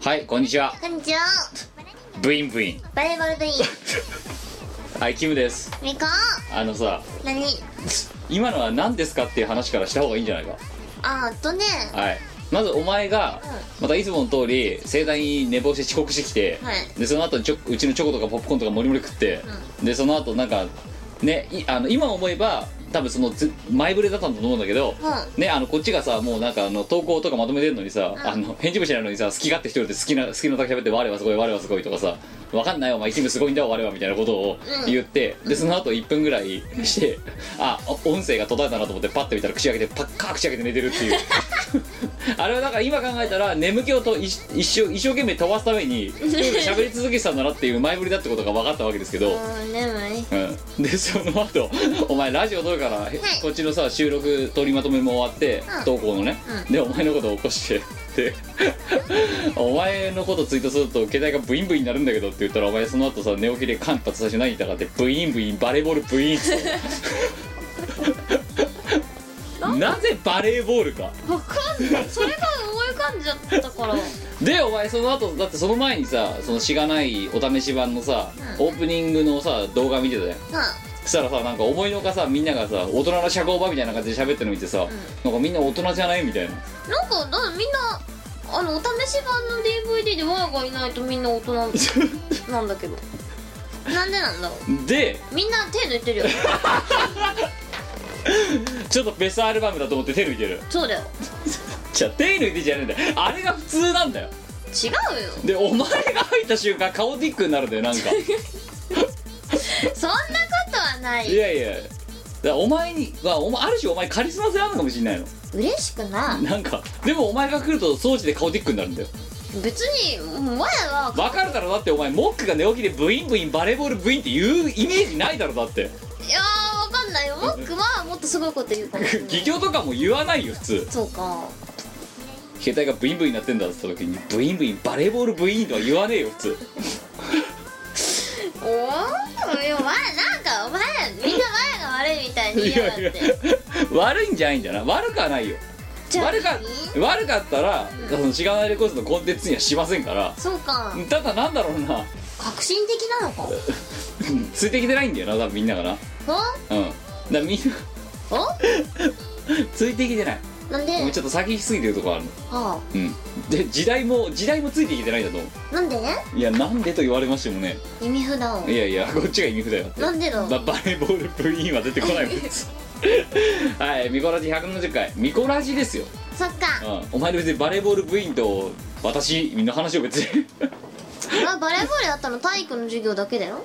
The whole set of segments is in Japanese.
はいこんにちはこんにちはブインブインバレーボール部員はいキムですみこあのさ何今のは何ですかっていう話からした方がいいんじゃないかあーっとねはいまずお前がまたいつもの通り盛大に寝坊して遅刻してきて、はいでその後にちょうちのチョコとかポップコーンとかもりもり食って、でその後なんかねいあの今思えば多分そのず前触れだったんだと思うんだけど、うねあのこっちがさもうなんかあの投稿とかまとめてるのにさ、あの返事もしないのにさ好き勝手一人で好きな好きなだけ喋って我はすごい我はすごいとかさわかんないよお前一部すごいんだよ我はみたいなことをうん言って、でその後1分ぐらいして、あお音声が途絶えたなと思ってパッて見たら口開けてパッカー口開けて寝てるっていう あれはだから今考えたら眠気をと一一生一生懸命飛ばすた めに一人で喋り続けてたんだなっていう前振りだってことが分かったわけですけど、うんでもねうん、でそ の後お前ラジオ撮るから、へこっちのさ収録取りまとめも終わって、うん投稿のね、うんでお前のことを起こしてで お前のことツイートすると携帯がブインブインになるんだけどって言ったらお前その後さ寝起きで間髪最初何言ったかってブインブインバレーボールブイー ンって言った なぜバレーボールかわかんないそれが思い浮かんじゃったからでお前その後だってその前にさそのしがないお試し版のさ、うんオープニングのさ動画見てたじゃんまあそしたらさなんか思いのほかさみんながさ大人の社交場みたいな感じで喋ってるの見てさ、なんかみんな大人じゃないみたいななんかだみんなあのお試し版の DVD でワンがいないとみんな大人なんだけ どなんでなんだろでうみんな手抜いてるよちょっとベストアルバムだと思って手抜いてるそうだよじゃあ手抜いてんじゃねえんだよあれが普通なんだよ違うよでお前が入った瞬間カオティックになるんだよな んかそんなことはないいやいやだからお前にはお前ある種お前カリスマ性あるのかもしれないの嬉しくないなんかでもお前が来ると装置でカオティックになるんだよ別に前はわかるだろだってお前モックが寝起きでブインブインバレーボールブインっていうイメージないだろだって いやーわかんないよモックはもっとすごいこと言う かもしれな企い業とかも言わないよ普通そうか携帯がブインブインになってんだって言った時にブインブインバレーボールブインとは言わねえよ普通 おおいやお前なんかお前みんな前が悪いみたいに言いやがって悪いんじゃないんだな悪くはないよじゃあ悪か悪かったら、そのしがないレコーズのコンテンツにはしませんからそうかただなんだろうな 革新的なのかついてきてないんだよな多分みんながなうんだからみんな おおついてきてないなんもうでちょっと先行き過ぎてるとこあるのあうんで時代も時代もついてきてないんだと思あなんでういやなんでと言われましてもね耳札をいやいやこっちが意味不だよなんでだババレーボール部員は出てこないもんですはいミコラジ170回ミコラジですよ、そっうかん、お前の別にバレーボール部員と私の話を別に あバレーボールやったの体育の授業だけだよ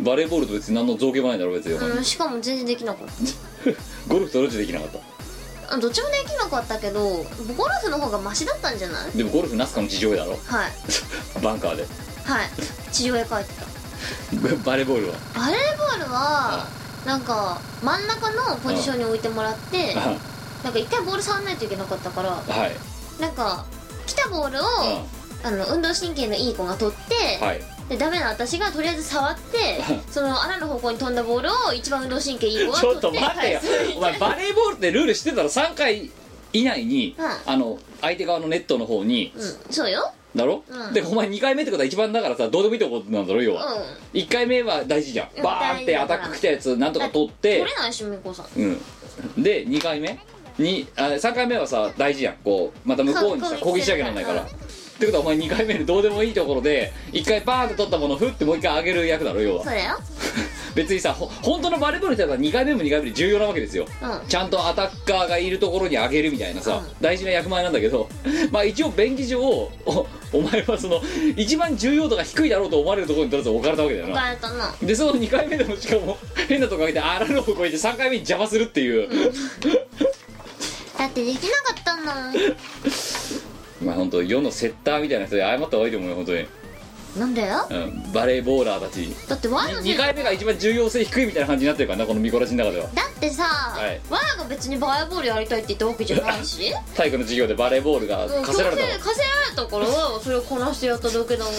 バレーボールと別に何の造形もないだろ別に、うんしかも全然できなかっゴルフとどっちできなかったたあどっちもできなかったけどゴルフの方がマシだったんじゃないでもゴルフナスカの地上絵だろはいバンカーではい地上絵描いてたバレーボールはバレーボールはなんか真ん中のポジションに置いてもらってあなんか一回ボール触らないといけなかったからはいなんか来たボールをあの運動神経のいい子が取っうんはていでダメな私がとりあえず触ってその穴の方向に飛んだボールを一番運動神経いい子がち取っょってと待てよ返すお前バレーボールってルールしてたら3回以内に、うんあの相手側のネットの方にうんそうよだろ、うんでお前2回目ってことは一番だからさどうでもいいとこなんだろ要うは、ん一1回目は大事じゃんうんバーンってア大事だタからック来たやつなんとか取っ取てれないしみこさんうんで2回目にあ3回目はさ大事じゃんこうまた向こうにさそう攻攻撃撃ししななききゃゃななららなないいかからら、ってことはお前2回目のどうでもいいところで1回バーンって取ったものをふってもう1回上げる役だろ要はそうだよ別にさほ本当のバレーボールってやつは2回目も2回目で重要なわけですようんちゃんとアタッカーがいるところに上げるみたいなさ、うん大事な役前なんだけど まあ一応便宜上おお前はその一番重要度が低いだろうと思われるところにとりあえず置かれたわけだよ浮なかれたなでその2回目でもしかも変なとこ上げてあらぬ方向行って3回目に邪魔するっていう、だってできなかったんだもんまあ本当世のセッターみたいな人で謝った方がいいと思うよ本当に、なんだようん、バレーボーラーたちだってワイのせい2回目が一番重要性低いみたいな感じになってるからなこの見こらしの中ではだってさ、いわらが別にバレーボールやりたいって言ったわけじゃないし体育の授業でバレーボールが課せられたうん強制課せられたからわらはそれをこなしてやっただけ だもん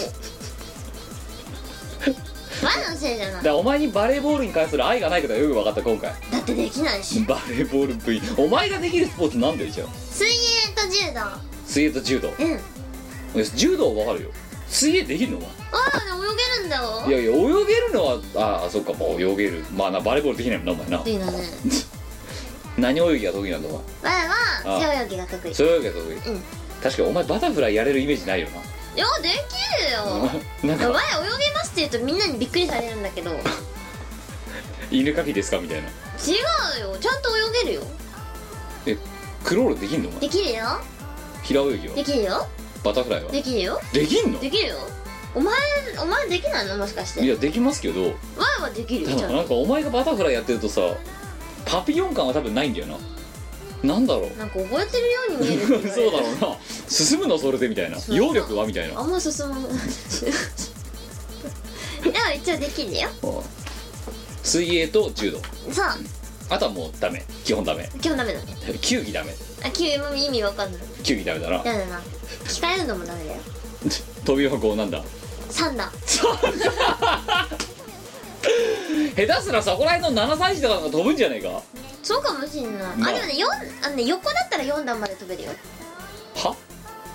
わらのせいじゃないだからお前にバレーボールに関する愛がないことがよく分かった今回だってできないしバレーボール部員お前ができるスポーツなんだよじゃあ水泳と柔道水泳と柔道うん柔道はわかるよ水泳できるのはああ泳げるんだよいやいや泳げるのはああそっかもう泳げるまあなバレーボールできないもんなお前な得意だね何泳ぎが得意なんだお前わらああは背泳ぎが得意そういうわけが得意、うん確かにお前バタフライやれるイメージないよいやできる な、よなん前泳げかますって言うとみんなにびっくりされるんだけど違う犬かきですかみたいなよちゃんと泳げるよえクロールできんのお前できるよ平泳ぎはできるよバタフライはできるよできんのできるよお前お前できないのもしかしていやできますけどわらはできるたよちゃだんなとんかお前がバタフライやってるとさパピヨン感は多分ないんだよななんだろうなんか覚えてるように見えるって そう言だわれろうな進むのそれでみたいなそう揚力はみたいるなあんま進むでも一応できるよ水泳と柔道そうあとはもうダメ基本ダメ今日ダメだね球技ダメあ急も意味わかんない球技ダメだなやだな控えるのもダメだよ飛び箱なんだ3段下手すらそこら辺の7歳児とかが飛ぶんじゃないかはそうかもしんない、まああでもね4あのね横だったら4段まで飛べるよあ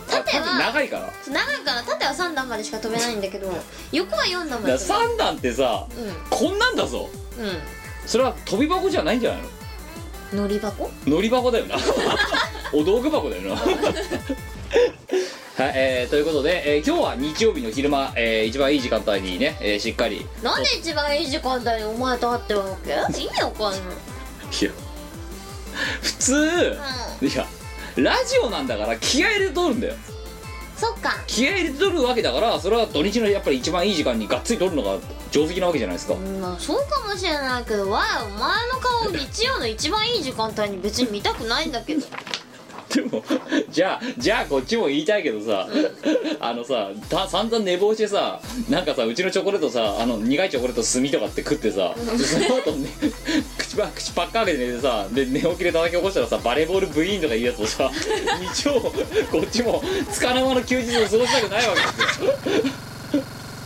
縦は長いから長いから縦は3段までしか飛べないんだけど横は4段まだで飛べる3段ってさこんなんだぞうんうんそれは飛び箱じゃないんじゃないの乗り箱乗り箱だ よなお道具箱だよなはい、えーということで、えー今日は日曜日の昼間、えー一番いい時間帯にね、えーしっかりいなんで一番いい時間帯にお前と会ってるわけ意味わかんないや普通いやラジオなんだから気合入れて撮るんだようんそっか気合入れて撮るわけだからそれは土日のやっぱり一番いい時間にがっつり撮るのが定石なわけじゃないですかうんまあそうかもしれないけどわあお前の顔日曜の一番いい時間帯に別に見たくないんだ けどでもじゃあじゃあこっちも言いたいけどさ、あのさた散々寝坊してさなんかさうちのチョコレートさあの苦いチョコレート炭とかって食ってさ、でその後ね口ば口パッカーで寝てさで寝起きで叩き起こしたらさバレーボール部員とかいうやつをさ日曜こっちもつかの間の休日を過ごしたくないわけですよなあお前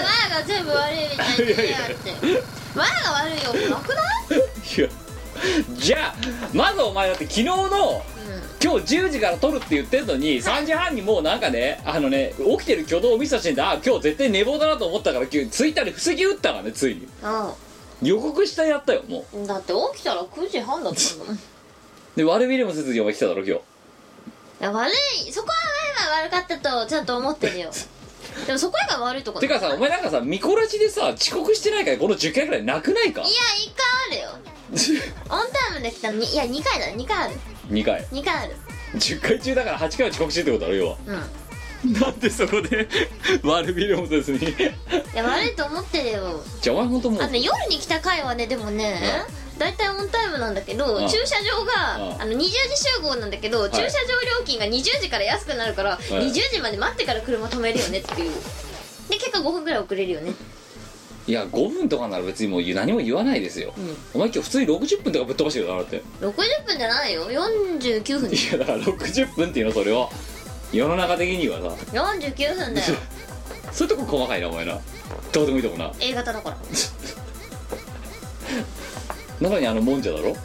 わあが全部悪いみたいに言いやがってわあが悪いよなくないいやじゃあまずお前だって昨日の今日10時から撮るって言ってんのに3時半にもうなんかねあのね起きてる挙動を見せた時点であ今日絶対寝坊だなと思ったから急にツイッターで布石打ったからねついにう予告してやったよもうんうんだって起きたら9時半だったんだもんいで悪びれもせずにお前来ただろ今日や悪いそこはわあが悪かったとちゃんと思って るよでもそこが悪いとこてかさお前なんかさ見こらしでさ遅刻してないからこの10回ぐらいなくないか いや一回あるよオンタイムで来たのにいや2回だ2回ある2回2回ある10回中だから8回は遅刻してるってことだろ要はうんなんでそこで 悪びれもせずにいや悪いと思ってるよじゃあお前ほんともうあのね夜に来た回はねでもね大体オンタイムなんだけどうん駐車場うんがあの20時集合なんだけどい駐車場料金が20時から安くなるから20時まで待ってから車止めるよねっていうで結果5分ぐらい遅れるよねいや5分とかなら別にもう何も言わないですよ、うんお前今日普通に60分とかぶっ飛ばしてるだろだって60分じゃないよ49分いやだから60分っていうのそれを世の中的にはさ49分だよ そういうとこ細かいなお前などうでもいいとこな A 型だからなのにあのもんじゃだろ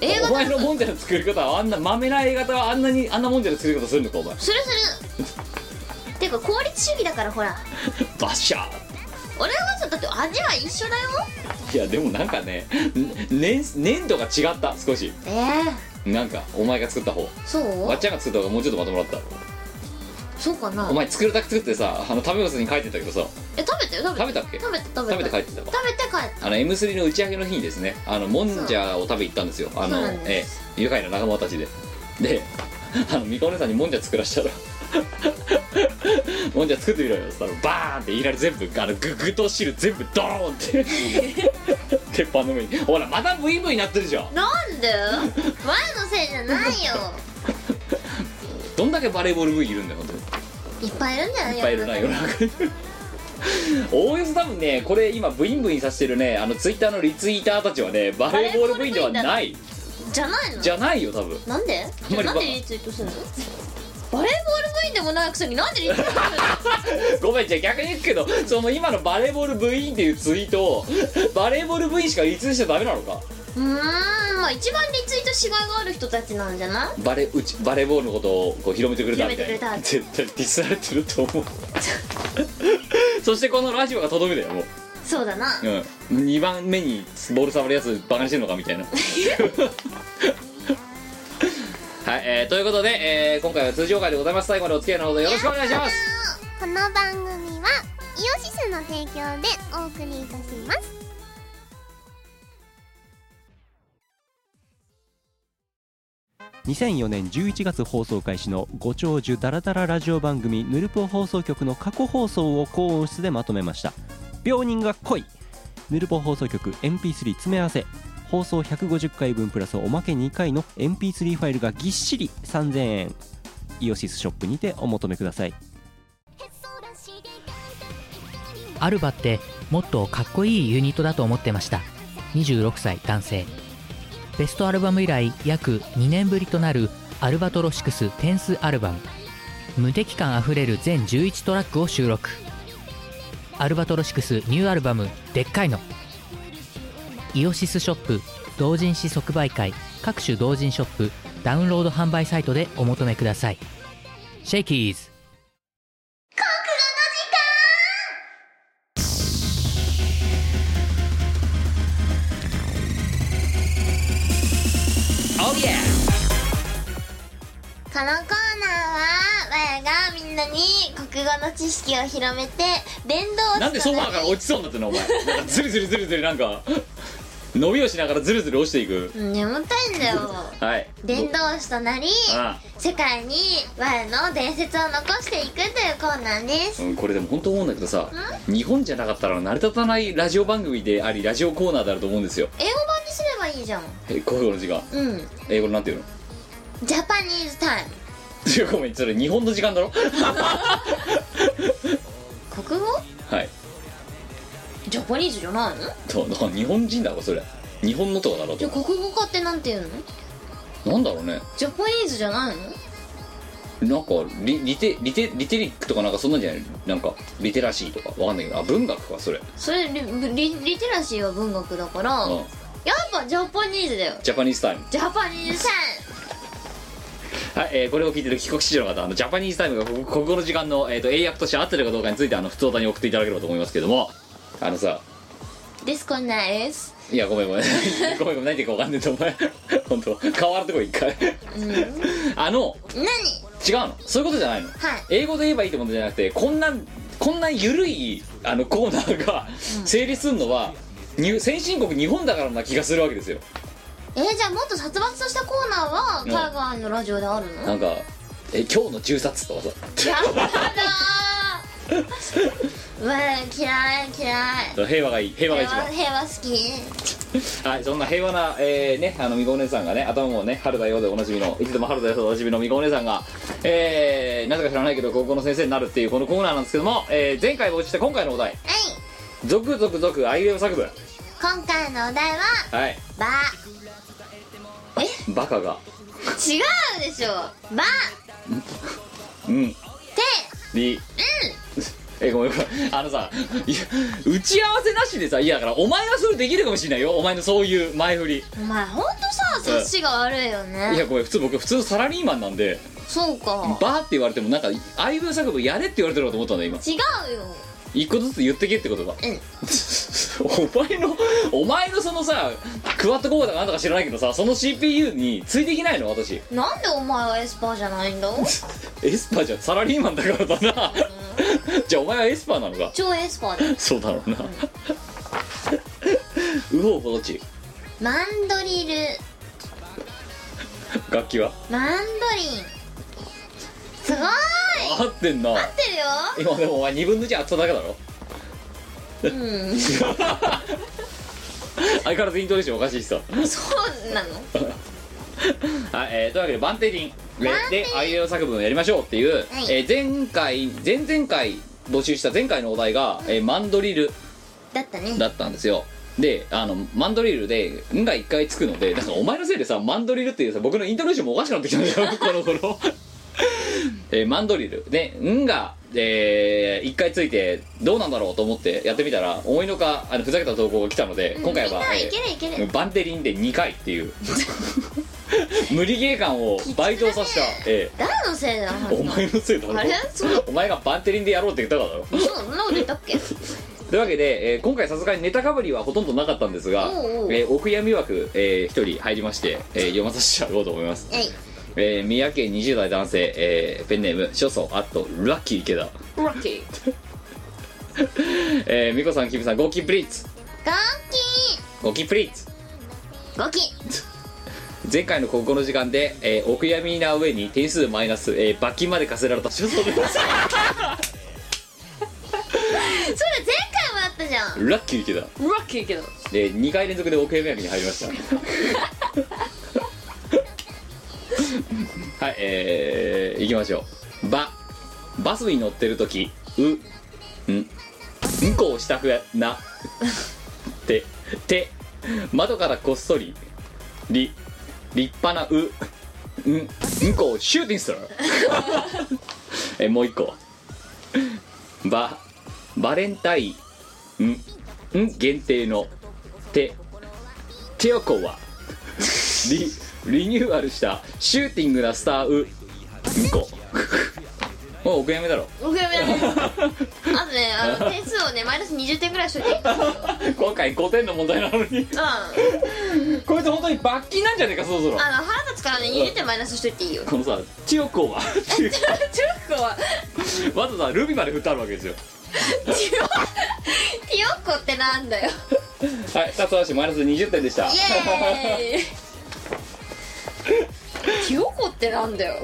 A お型前のもんじゃの作り方はあんなまめな A 型はあんなにあんなもんじゃの作り方するのかお前するするてか効率主義だからほらバッシャー俺はさだって味は一緒だよいやでもなんかねん年年度が違った少しえなんかお前が作った方えそわっうちゃんが作った方がもうちょっとまともだったそうかなお前作るだけ作ってさあの食べ物に書いてたけどさえ食べたよ食べた食べたっけ食べた食べた食べて帰ってたか食べて帰ったあの M3 の打ち上げの日にですねあのもんじゃを食べ行ったんですよあのそうなんでええ愉快な仲間たちでであのみかお姉さんにもんじゃ作らしたら もんじゃ作ってみろよっつったらバーンっていきなり全部あの具具と汁全部ドーンって鉄板の上にほらまたブイブイなってるじゃんなん で前のせいじゃないよどんだけバレーボール部員いるんだよ本当にいっぱいいるんじゃないいっぱいいるな世の中に おおよそ多分ねこれ今ブインブインさせてるねあのツイッターのリツイーターたちはねバレーボール部員ではないじゃないのじゃないよ多分なんであんまりなんバでリツイートするのバレーボール部員でもないくせになんでリツイートす るのごめんじゃあ逆に言うけどその今のバレーボール部員っていうツイートをバレーボール部員しかリツイートしちゃダメなのかうーんまあ一番リツイートしがいがある人たちなんじゃないバレうちバレーボールのことをこう広めてくれたみたい広なめ絶対ディスられてると思うそしてこのラジオがとどめだよもう、そうだなうん、2番目にボール触るやつバカにしてるのかみ たいなはい、えーということで、えー今回は通常回でございます最後までお付き合いのほどよろしくお願いしますこの番組はイオシスの提供でお送りいたします2004年11月放送開始のご長寿ダラダララジオ番組「ヌルポ放送局」の過去放送を高音質でまとめました病人が来いヌルポ放送局 MP3 詰め合わせ放送150回分プラスおまけ2回の MP3 ファイルがぎっしり3000円イオシスショップにてお求めくださいアルバってもっとかっこいいユニットだと思ってました26歳男性ベストアルバム以来約2年ぶりとなるアルバトロシクステンスアルバム無敵感あふれる全11トラックを収録アルバトロシクスニューアルバム「でっかいの」イオシスショップ同人誌即売会各種同人ショップダウンロード販売サイトでお求めくださいシェイキーズこのコーナーは我がみんなに国語の知識を広めて伝道 なんでソファーから落ちそうになってんのお前なんかズルズルズルズルなん か伸びをしながらズルズル落ちていくうん眠たいんだよはい伝道師となりあ世界に我の伝説を残していくというコーナーですうん、これでも本当思うんだけどさ日本じゃなかったら成り立たないラジオ番組でありラジオコーナーであると思うんですよ英語版にすればいいじゃんえこういうの時間うん英語なんていうのジャパニーズタイムいやごめんそれ日本の時間だろ 国語はいジャパニーズじゃないのとだから日本人だろそれ日本のとかだろじゃあ国語科ってなんて言うのなんだろうねジャパニーズじゃないのなんかリリテリテリテリックとかなんかそんなんじゃないなんかリテラシーとかわかんないけどあ文学かそれ、それリリリテラシーは文学だから、うん、やっぱジャパニーズだよジャパニーズタイムジャパニーズタはい、えーこれを聞いてる帰国子女の方あのジャパニーズタイムが国国語の時間の、えー、と英訳として合ってるかどうかについてあの普通歌に送っていただければと思いますけどもあのさイムですこんなんですいやごめんご めんごめんごめん何言ってるか分かんねえとお前 本当変わるとこ一回うん何はあの違うのそういうことじゃないのい英語で言えばいいってことじゃなくてこんなこんな緩いあのコーナーが成立するのは、に先進国日本だからな気がするわけですよえーじゃあもっと殺伐としたコーナーは海外のラジオであるの、なんかえ今日の銃殺とかさやだー うわ嫌い嫌い平和がいい平和が一平和番平和好きはい、そんな平和な、えーね、あの、みこお姉さんがね、頭もね、春だよでおなじみの、いつでも春だよでおなじみのみこお姉さんが、えー、なぜか知らないけど、高校の先生になるっていうこのコーナーなんですけども、えー前回も落ちて今回のお題、はい続々続、あいうえお作文。今回のお題ははい。ババカが、違うでしょばうん、り、え、ごめんごめん。あのさ、いや、打ち合わせなしでさ、いや、だから、お前がそれできるかもしれないよ。お前のそういう前振り。お前ほんとさ察しが悪いよいねや、ごめん、普通僕、普通のサラリーマンなんで、そうかバーって言われても、なんか、あいうえお作文やれって言われてるかと思ったんだ、今。違うよ一個ずつ言ってけってことんだ、お前のお前のそのさクワッドコーダーかなんとか知らないけどさその CPU についていけないの私なんでお前はエスパーじゃないんだ エスパーじゃんサラリーマンだからだなじゃあお前はエスパーなのか超エスパーだよそうだろうなうほうほどっちマンドリル楽器はマンドリンすごい合合ってんなってるよ今でもお前2分の1あっただけだろう相変わらずイントネーションおかしいしさんそうなのはい、えーというわけでバンテリンでであいうえお作文をやりましょうっていう、えー前回前々回募集した前回のお題が、えーマンドリルだったねだったんですよであのマンドリルで「ん」が1回つくのでなんかお前のせいでさマンドリルっていうさ 僕のイントネーションもおかしくなってきたんだよこの頃えーマンドリルで「ん」がえー、1回ついてどうなんだろうと思ってやってみたら思いのほかあのふざけた投稿が来たので、今回はみんなえーいけるいけるバンテリンで2回っていう 無理ゲー感を倍増させた、え誰のせいだ えお前のせいだろあれそうお前がバンテリンでやろうって言ったからだろそうそんなこと言ったっ けというわけで、えー今回さすがにネタかぶりはほとんどなかったんですがおうおうえーお悔やみ枠、え1人入りまして、えー読まさせてやろうと思います、はいえー三宅20代男性、えーペンネーム諸祖あとラッキー池田ラッキー えー、美子さん、キムさん、ゴキプリッツ。ガッゴキプリッツ。キーゴキ前回の高校の時間で、えー、お悔やみな上に点数マイナス、えー、罰金まで課せら れた。ちょっと待ってくださいそれ前回もあったじ ゃんラッキー池田。ラッキーけどで、2回連続でお悔やみ役に入りました。はい、えー、行きましょう。バ。バスに乗ってるとき、う、ん、うんこをしたくな。て、て、窓からこっそり、り、立派なう、うん、うんこをシューティングするえ、もう一個。ば、バレンタイン、ん、ん限定の、て、てよこは、リ、リニューアルしたシューティングなスターう、うんこ。もうお悔やみだろ。お悔やみだねあとねあの点数をねマイナス20点ぐらいしといてうん今回5点の問題なのに。あこいつ本当に罰金なんじゃねえかそろそろの腹立つからね20点マイナスしといていいよこのさ千代子は っていうチョコはわざわざルビまで振ってあるわけですよチョコティヨコってなんだよはい二つ足マイナス20点でしたイエーイティヨコってなんだよ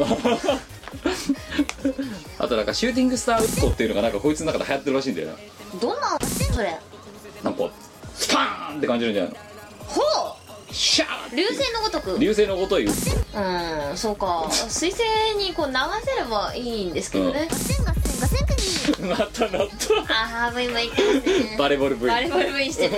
あとなんかシューティングスターウッコっていうのがなんかこいつの中で流行ってるらしいんだよなどんなそれなんかスパーンって感じるんじゃないのほシャーう流星のごとく流星のごといううんそうか水星にこう流せればいいんですけどね、千五千五千国また なっああブイブイ言ってま たすねバレーボール V バリバリブイしてる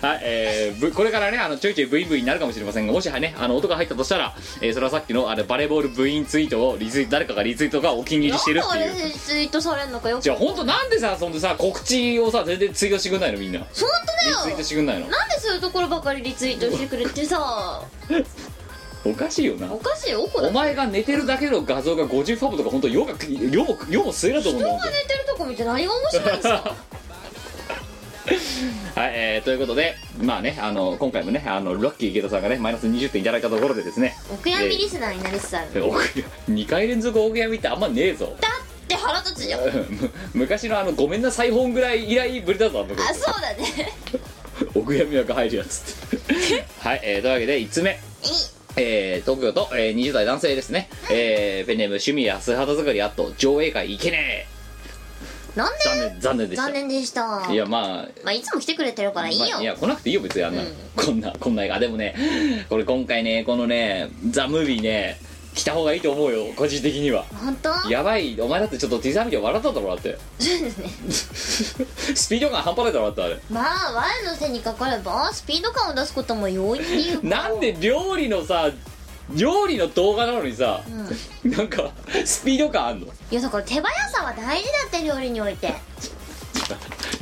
なはい、えー、ブこれからねあのちょいちょいブイブイになるかもしれませんがもしはねあの音が入ったとしたら、えーそれはさっきのあのバレーボール部員ツイートをリツイ誰かがリツイートがお気に入りしてるっていうなんであれツイートされんのかよじゃあ本当なんでさそんでさ告知をさ全然追加してくんないのみんなリ本当ツだイよートしてくんないのなんでそういうところばかりリツイートしてくれてさおかしいよなおかしいよこだお人前が寝てるだけの画像が50ファブとか本当世が世も世も末だと思うんだよが寝てるとこ見て何が面白いんです かはい、えー、ということでまあねあの今回もねあのロッキー池田さんがねマイナス20点いただいたところでですねお悔やみリスナーになりつつある2回連続大悔やみってあんまねえぞだって腹立つじゃんうん 昔のあのごめんなさい本ぐらい以来ぶりだぞあの子あそうだねお悔やみ役入るやつって はい、えー、というわけで5つ目えー、東京都、えー、20代男性ですね、えー、ペンネーム趣味や素肌作りあと上映会行けねなんえ残念残念ででした残念でしたまいやまああいつも来てくれてるからいいよ、まあいや来なくていいよ別にあんな、うんこんなこんな映画でもねこれ今回ねこのね「ザ・ムービーね来た方がいいと思うよ個人的には本当やばいお前だってちょっとティザー見て笑っただろだって スピード感半端ないだろだってあれまあ我の背にかかればスピード感を出すことも容易に言うなんで料理のさ料理の動画なのにさ、なんかスピード感あんのいやだから手早さは大事だって料理において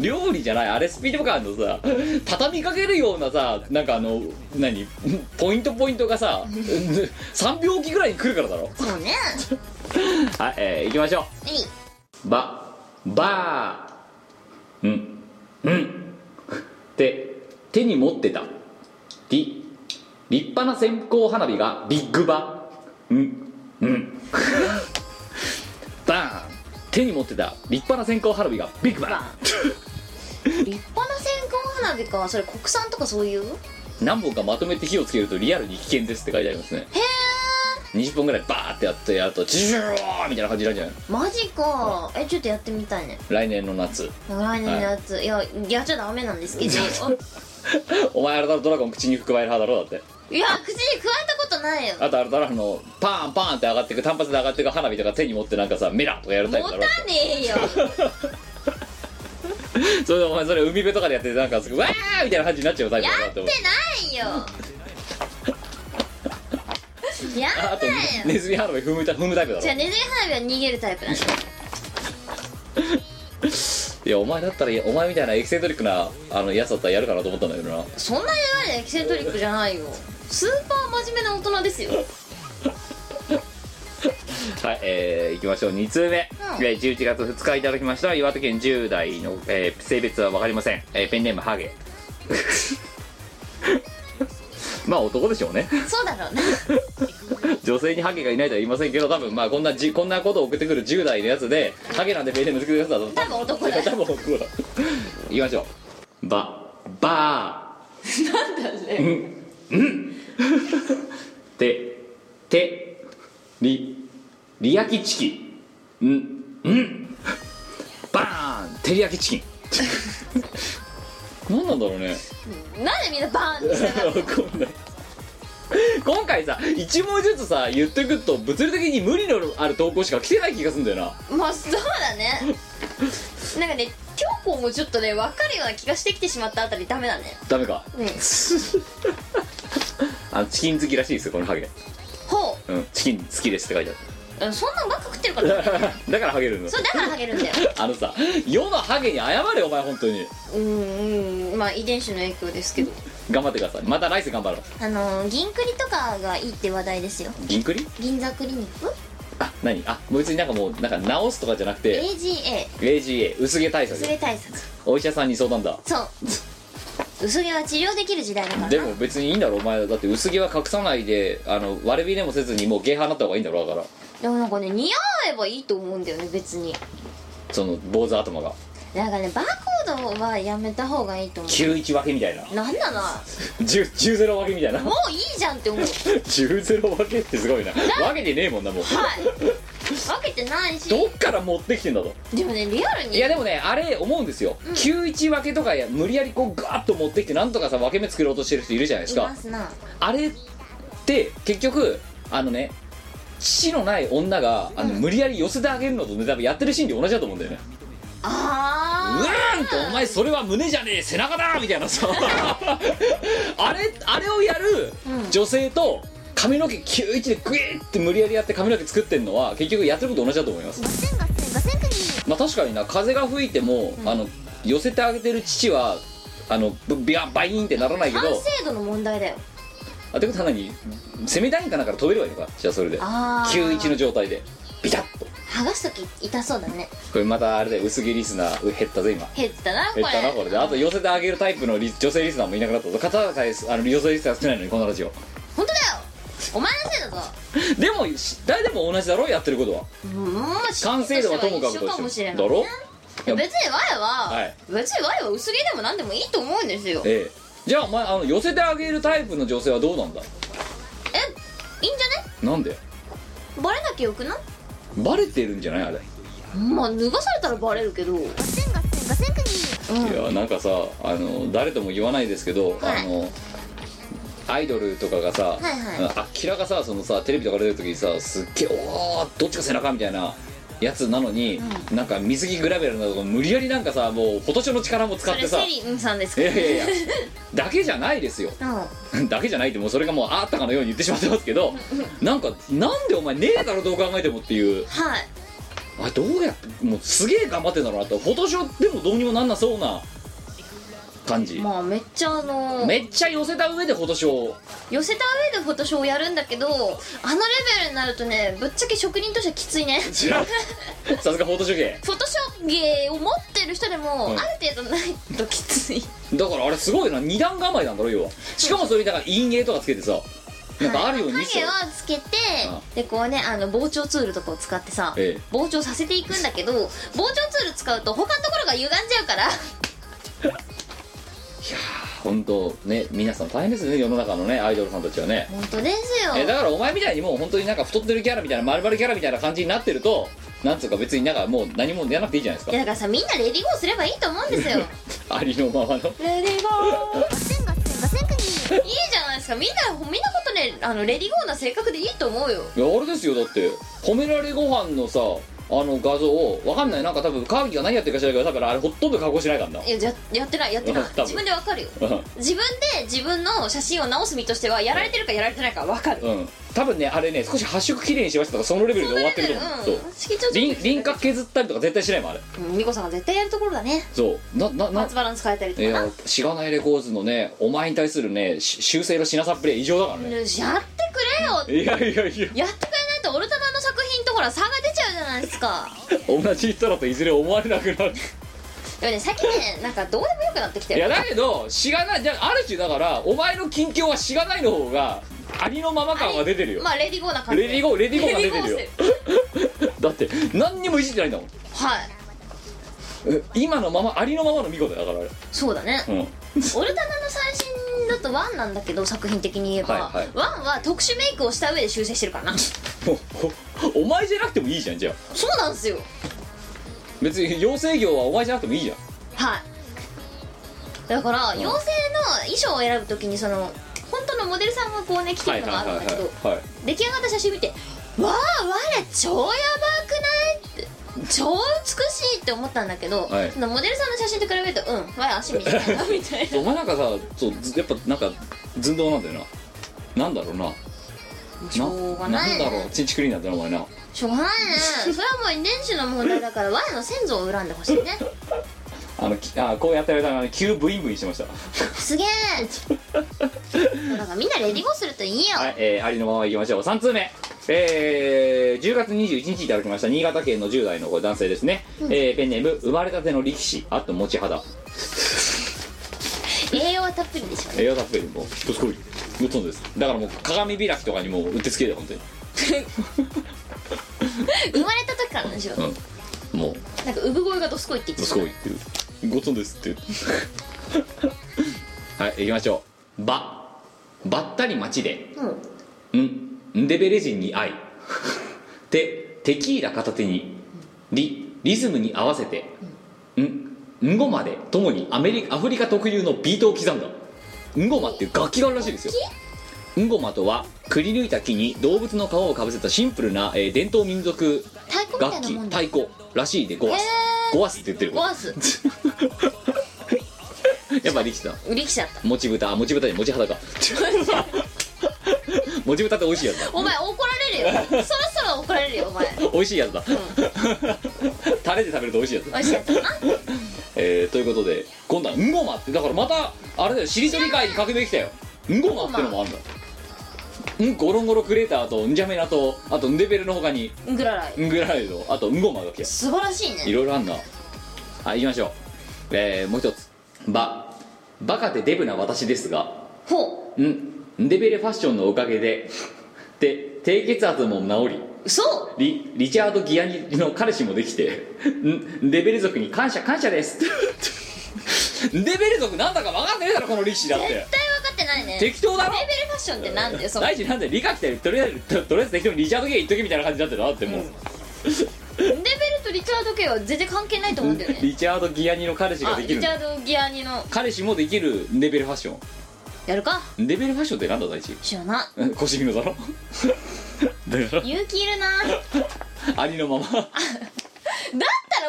料理じゃないあれスピード感のさ畳みかけるようなさなんかあの何ポイントポイントがさ3秒置きぐらいに来るからだろそう ねはいえー、いきましょうばばーうんうんで手に持ってたり立派な線香花火がビッグバうんうんバーン手に持ってた立派な線香花火がビッグバーン立派な線香花火かそれ国産とかそういう何本かまとめて火をつけるとリアルに危険ですって書いてありますねへ20本ぐらいバーってやってやるとジューみたいな感じなんじゃないのマジかえちょっとやってみたいね来年の夏来年のやつ、い、ややっちゃダメなんです けどお前あれだろドラゴン口に含まえる派だろだっていや口に加えたことないよあとあれだろあのパーンパーンって上がってく単発で上がってく花火とか手に持ってなんかさメラとかやるタイ持プただねろえよそれでお前それ海辺とかでやっててなんかすぐわーみたいな感じになっちゃうタイプだろだってないよやあんあとないよネズミ花火踏むタイプ踏むタイプだじゃあろネズミ花火は逃げるタイプなんだいやお前だったらいやお前みたいなエキセントリックなあのやつだったらやるかなと思ったんだけどなそんなに偉いエキセントリックじゃないよスーパー真面目な大人ですよはい、えー、いきましょう2通目、うんえー11月2日いただきました岩手県10代の、えー性別は分かりません、えーペンネームハゲ まあ男でしょうねそうだろうね 女性にハゲがいないとは言いませんけど多分まあこんなじこんなことを送ってくる10代のやつでハゲなんてペンネームつけてくださった多分男だよ 多分男だいきましょうばば ーなんだねうんうん ててりりやきチキンうんうんバーンてりや きチキン何なんだろうねなんでみんなバーンってしたのわかんない 今回さ一問ずつさ言ってくと物理的に無理のある投稿しか来てない気がするんだよなまあそうだねなんかね教皇もちょっとね分かるような気がしてきてしまったあたりダメだねダメ かうんあのチキン好きらしいですよこのハゲ、ほうん、チキン好きですって書いてううんそんなのばっか食ってるからねある だからハゲるのそれだからハゲるんだよあのさ世のハゲに謝れよお前本当にうんうんまあ遺伝子の影響ですけど頑張ってくださいまた来世頑張ろうあの銀クリとかがいいって話題ですよ銀クリ銀座クリニックあ何あもう別になんかもうなんか直すとかじゃなくて AGA AGA 薄毛対策薄毛対策お医者さんに相談だそう薄毛は治療できる時代だからでも別にいいんだろお前だって薄毛は隠さないであの割り引でもせずにもうゲーハーになった方がいいんだろだからでもなんかね似合えばいいと思うんだよね別にその坊主頭がなんかねバーコードはやめた方がいいと思91分けみたいな うなんなの10 10-0分けみたいなもういいじゃんって思うは10-0分けってすごいな分けてねえもんなもいう分けてないしどっから持ってきてんだとでもねリアルいにやでもねあれ思うんですよ、91分けとかや無理やりこうガーッと持ってきてなんとかさ分け目作ろうとしてる人いるじゃないですいかますなあれって結局あのね父のない女があの、無理やり寄せてあげるのとね多分やってるシーンで同じだと思うんだよねあうわーんとお前それは胸じゃねえ背中だみたいな さあれあれをやる女性と髪の毛91でグイーって無理やりやって髪の毛作ってんのは結局やってること同じだと思います五千五千五千国まあ確かにな風が吹いても、あの寄せてあげてる父はあのブビャバイーンってならないけあど完成度の問題だよあってことは何セミダインかなんかで飛べればいいのかじゃあそれでああ91の状態でビタッと剥がす時痛そうだねこれまたあれで薄毛リスナー減ったぜ今減ったなこれ減ったなこれであと寄せてあげるタイプのリ女性リスナーもいなくなったぞ片さえあの寄せリスナー少ないのにこのラジオ本当だよお前のせいだぞでもし誰でも同じだろやってることはうんまあ完成度はともかく一と緒かもししてれもないだろいや別に我は、はい別に我は薄毛でも何でもいいと思うんですよえええじゃあお前あの寄せてあげるタイプの女性はどうなんだいいんじゃねなんでバレなきゃよくないバレてるんじゃないあれ、まあ脱がされたらバレるけど五千五千五千国うんいやなんかさあの誰とも言わないですけど、はいあのアイドルとかがさ、はい明らかさそのさテレビとか出る時にさすっげえおーどっちか背中みたいなやつなのに、なんか水着グラベルなど無理やりなんかさもうフォトショーの力も使そっれてさセリンさんですいかやいやいや だけじゃないですよ だけじゃないってもうそれがもうあったかのように言ってしまってますけどなんかなんでお前ねえだろどう考えてもっていうはいあどうやってもうすげえ頑張ってんだろうなとフォトショーでもどうにもなんなそうな感じまあめっちゃあのめっちゃ寄せた上でフォトショー寄せた上でフォトショーをやるんだけどあのレベルになるとねぶっちゃけ職人としてはきついねフ さすがフォトショー系ォトショー芸を持ってる人でも、うんある程度ないときついだからあれすごいな二段構えなんだろ要はしかもそれだから陰影とかつけてさなんかあるように影をつけてでこうねあの膨張ツールとかを使ってさ、え膨張させていくんだけど膨張ツール使うと他のところが歪んじゃうから本当ね皆さん大変ですね世の中のねアイドルさんたちはね本当ですえだからお前みたいにもう本当になんか太ってるキャラみたいな丸々キャラみたいな感じになってるとなんつうか別になんかもう何もやらなくていいじゃないいやでだからさみんなレディーゴーすればいいと思うんですよすかありのままのレディーゴー五千五千五千国いいじゃないですかみんなみんなことねあのレディーゴーな性格でいいと思うよいやあれですよだって褒められご飯のさの画像をわかんないなんか多分川木が何やってるか知らないけどだからあれほとんど加工しないからないやじゃやってないやってないうん多分自分でわかるようん自分で自分の写真を直す身としてはやられてるかやられてないかわかるうん多分ねあれね少し発色きれいにしましたとかそのレベルで終わってると思う、そううん色調輪輪郭削ったりとか絶対しないもんあれうん美子さんが絶対やるところだねそうななな松バランス変えたりといかなやしがないレコーズのねお前に対するねし修正のしなさっぷりは異常だからね、やってくれよいやいややっいやてくれないとオルタナの作品とほら差が出ちゃうじゃないですか同じ人だといずれ思われなくなるでもね最近ねなんかどうでもよくなってきているやだけどしがないじゃある種だからお前の近況はしがないの方がありのまま感は出てるよまあレディーゴーな感じレディーゴーレディーゴーが出てるよレディーだって何にもいじってないんだもんはいえ今のままありのままの見事だよだからあれそうだねうんオルタナの最新だとワンなんだけど作品的に言えば、はいはいワンは特殊メイクをした上で修正してるからなもうおお前じゃなくてもいいじゃんじゃあそうなんですよ別に養成業はお前じゃなくてもいいじゃんはいだから妖精の衣装を選ぶときにその本当のモデルさんがこうね着てはいるのはいがあはるんいだけどはいはい出来上がった写真見て「わあ我超やばくない?」って超美しいって思ったんだけど、はいそのモデルさんの写真と比べると「うん我足短いな」みたいなお前なんかさそうずやっぱなんか寸胴なんだよななんだろうな しょうがないなんだろうねチンチクリーンなんだよお前なしょうがないねそれはもう遺伝子の問題だから我の先祖を恨んでほしいねあのきあこうやってる間に急ブインブインしてましたす げえだからみんなレディゴーするといいよ、はい、えーありのままいきましょう3通目えー、10月21日いただきました新潟県の10代のこれ男性ですね、えーペンネーム生まれたての力士あと持ち肌栄養はたっぷりでしょうね栄養たっぷりもうどすこいぶっ飛んですだからもう鏡開きとかにもううってつけで本当に生まれた時からなんでしょもうなんか産声がどすこいって言っどてすたこいっていうごつんですっていう はい行きましょうばばったり街でうんんんでベレ人に会いてテキーラ片手にリリズムに合わせてんんごまでともにアメリアフリカ特有のビートを刻んだんごまっていう楽器があるらしいですよんごまとはくり抜いた木に動物の皮をかぶせたシンプルな、えー伝統民族太鼓みた楽いな器もんだ太鼓らしいでゴアスゴアスって言ってるゴアスやっぱ力士だ売り切っちゃったもち豚あもち豚じゃないもち 肌か もち豚って美味しいやつだお前怒られるよそろそろ怒られるよお前美味しいやつだ、タレで食べると美味しいやつだおいしかったなえー、ということで今度は「んごま」ってだからまたあれだよしりとり会に革命きたよ「んごま」ってのもあるんだうんゴロンゴロクレーターとんじゃめなとあとんでべるのほかにうんぐららいんぐらいとあとんごまが来た素晴らしいいねろいろあんなはい行きましょうえー、もう一つばバカでデブな私ですがほんデベレファッションのおかげでで低血圧も治りう嘘リリチャード・ギアニの彼氏もできてんデベレ族に感謝感謝です デベレ族なんだか分かんねえだろこの力士だって絶対分かってないねレベ適当だろルファッションってなんだよその大事なんで理科来てるとりあえずととりあえず適当にリチャード・ギア言っとけみたいな感じだってなだってもう、レベルとリチャード系は全然関係ないと思うんだよねリチャード・ギアニの彼氏があでリチきるャード・ギアニの彼氏もできるデベレファッショやるかンデベレファッションってなんだ大地知らな腰ひのだろだかい勇気いるなだっらありのままたら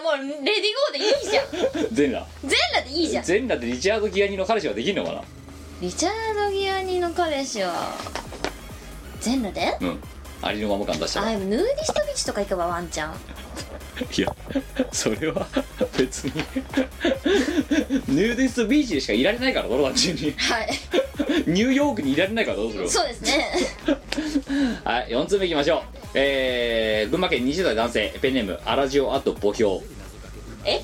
もうレディゴーでいいじゃん全裸全裸でいいじゃん全裸でリチャード・ギアニの彼氏はできるのかリチャード・ギアニの彼氏は全裸でなうんありのまま感出したらあでもヌーディストビーチとか行けばワンチャンいやそれは別にヌーディストビーチでしかいられないからドロダン中にはいニューヨークにいられないからどうするそうですねはい4つ目いきましょうえー、群馬県20代男性ペンネームアラジオあと墓標え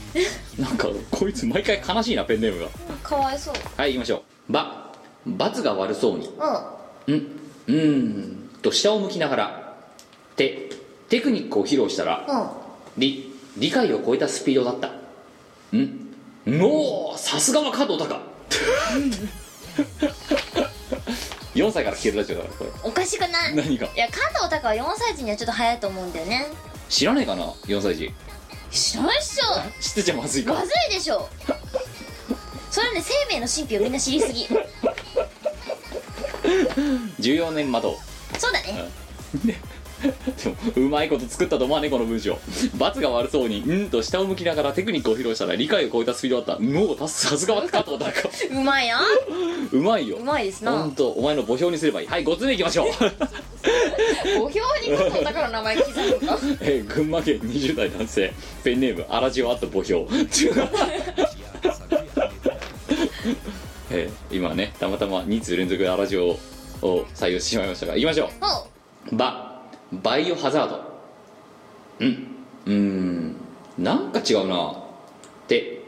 なんかこいつ毎回悲しいなペンネームが かわいそうはい行きましょうば罰が悪そうにうんはんうーんと下を向きながらてテクニックを披露したら、り理解を超えたスピードだったんおおさすがは加藤隆 4歳から聞けるラジオだからこれおかしくない何がいや加藤隆は4歳児にはちょっと早いと思うんだよね知らねえかな4歳児知らないっしょ知ってちゃまずいかまずいでしょそれはね生命の神秘をみんな知りすぎ14年窓そうだねでもうまいこと作ったと思わねこの文章罰が悪そうにうんと下を向きながらテクニックを披露したら理解を超えたスピードだったもうたさすがは加藤だかうまいなうまいようまいですほなんとお前の墓標にすればいいはい5つ目いきましょう、墓標に加藤だから名前刻む のか えー群馬県20代男性ペンネームアラジオアット墓標 えー今ねたまたま2通連続でアラジオを採用してしまいましたがいきましょうおババイオハザードうんうーんなんか違うなて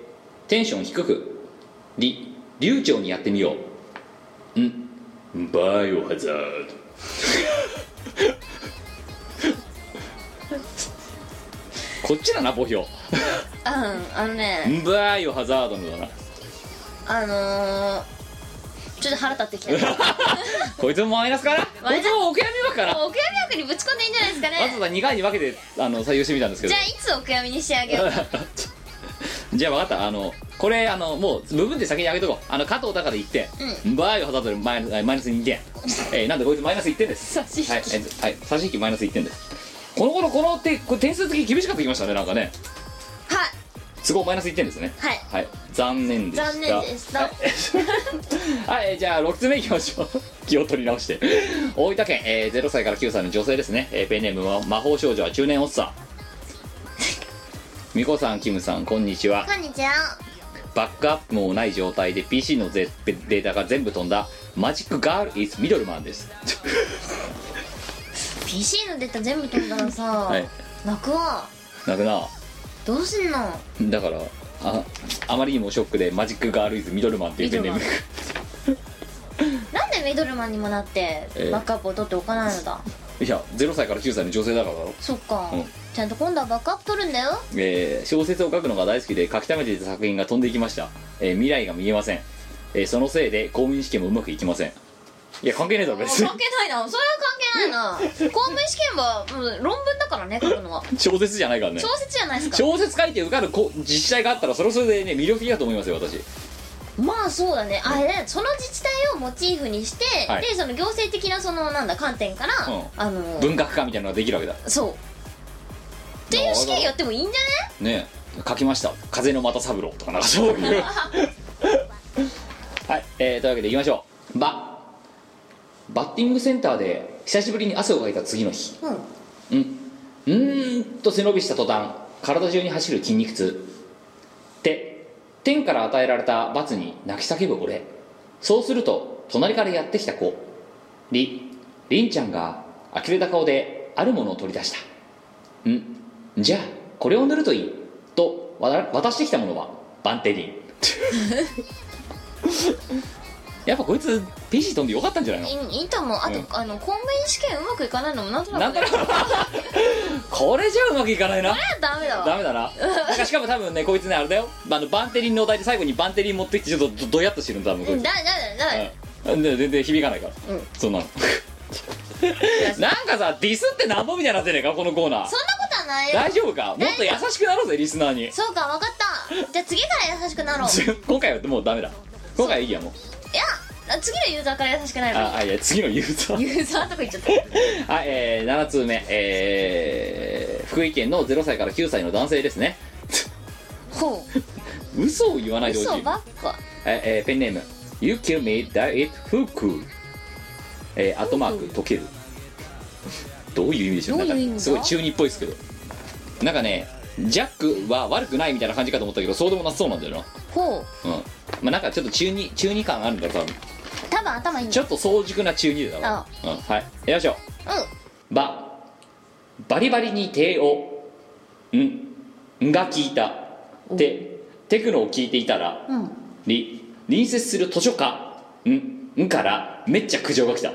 テンション低くり流暢にやってみようんバイオハザード こっちだな墓標うんあのねバイオハザードのだなあのー、ちょっと腹立ってきた こいつもマイナスかなこマイナスいつもお悔やみ枠かなわお悔やみ枠にぶち込んでいいんじゃないですかざねわざ2回に分けてあの採用してみたんですけどじゃあいつお悔やみにしてあげよう じゃあ分かったあのこれあのもう部分で先に上げとこうあの加藤だから1点、バーイオハザードでマイナスマイナス2点、えーなんでこいつマイナス1点です差し引きはい、えーはい、差し引きマイナス1点ですこの頃この手これ点数的に厳しかったきましたねなんかねはい都合マイナス1点ですねはいはい残念でした残念でしたはい、じゃあ6つ目いきましょう 気を取り直して大分県、えー0歳から9歳の女性ですね、えーペンネームは魔法少女は中年おっさん みこさんキムさんこんにちはこんにちはバックアップもない状態で PC のデデータが全部飛んだマジックガールイズミドルマンです PC のデータ全部飛んだらさ、はい泣くわなくなどうすんのだからああまりにもショックでマジックガールイズミドルマンっていうペンネームミドルなんでミドルマンにもなってええバックアップを取っておかないのだ、 いや0歳から9歳の女性だからだろそっか、うんちゃんと今度はバックアップ取るんだよえー小説を書くのが大好きで書き溜めていた作品が飛んでいきました、えー未来が見えません、えーそのせいで公務員試験もうまくいきませんいや関係ねえだろ関別係にないなそれは関係ないな公務員試験はうん論文だからね書くのは 小説じゃないからね小説じゃないですか小説書いて受かるこ自治体があったらそれはそれでね魅力的だと思いますよ私まあそうだねあれねその自治体をモチーフにして、はいでその行政的なそのなんだ観点から、うんあの文学化みたいなのができるわけだそうっていう試験やってもいいんじゃねねえ書きました「風の又三郎」とかなんかそういうはい、えー、というわけでいきましょうババッティングセンターで久しぶりに汗をかいた次の日うんうーんと背伸びした途端体中に走る筋肉痛で天から与えられた罰に泣き叫ぶ俺そうすると隣からやってきた子りりんちゃんが呆れた顔であるものを取り出したんじゃあこれを塗るといいとわた渡してきたものはバンテ リンやっぱこいつ PC 飛んでよかったんじゃないのいいいと思うあと、うんあの公務員試験うまくいかないのもなんとななんくねとなくこれじゃうまくいかないなダメだわダメだななんかしかも多分ねこいつねあれだよあのバンテリンのお題で最後にバンテリン持ってきてちょっとどどやっとしてるんだ多分こういんつだだだだうんで全然響かないから、うんそんなのなんかさディスってなんぼみたいになってねえかこのコーナーそんなことはないよ大丈夫かもっと優しくなろうぜリスナーにそうかわかったじゃあ次から優しくなろう今回はもうダメだ今回はいいやもういや次のユーザーから優しくなればああいや次のユーザいいーユーザーとか言っちゃった はい、えー、7通目えー、福井県の0歳から9歳の男性ですねほ嘘を言わなういでほしい嘘ばっかえー、ペンネーム You kill me, that it, who could えー、アットマーク溶けるどういう意味でしょうどういうなんか意味だすごい中二っぽいですけどなんかねジャックは悪くないみたいな感じかと思ったけどそうでもなさそうなんだよほなうんまあなんかちょっと中二中二感あるんだろ多分う多分頭いいんちだょっと早熟な中二だなうんはいよいしょうばバリバリに手をんんが聞いたでテクノを聞いていたら、んり隣接する図書館んんからめっちゃ苦情が来た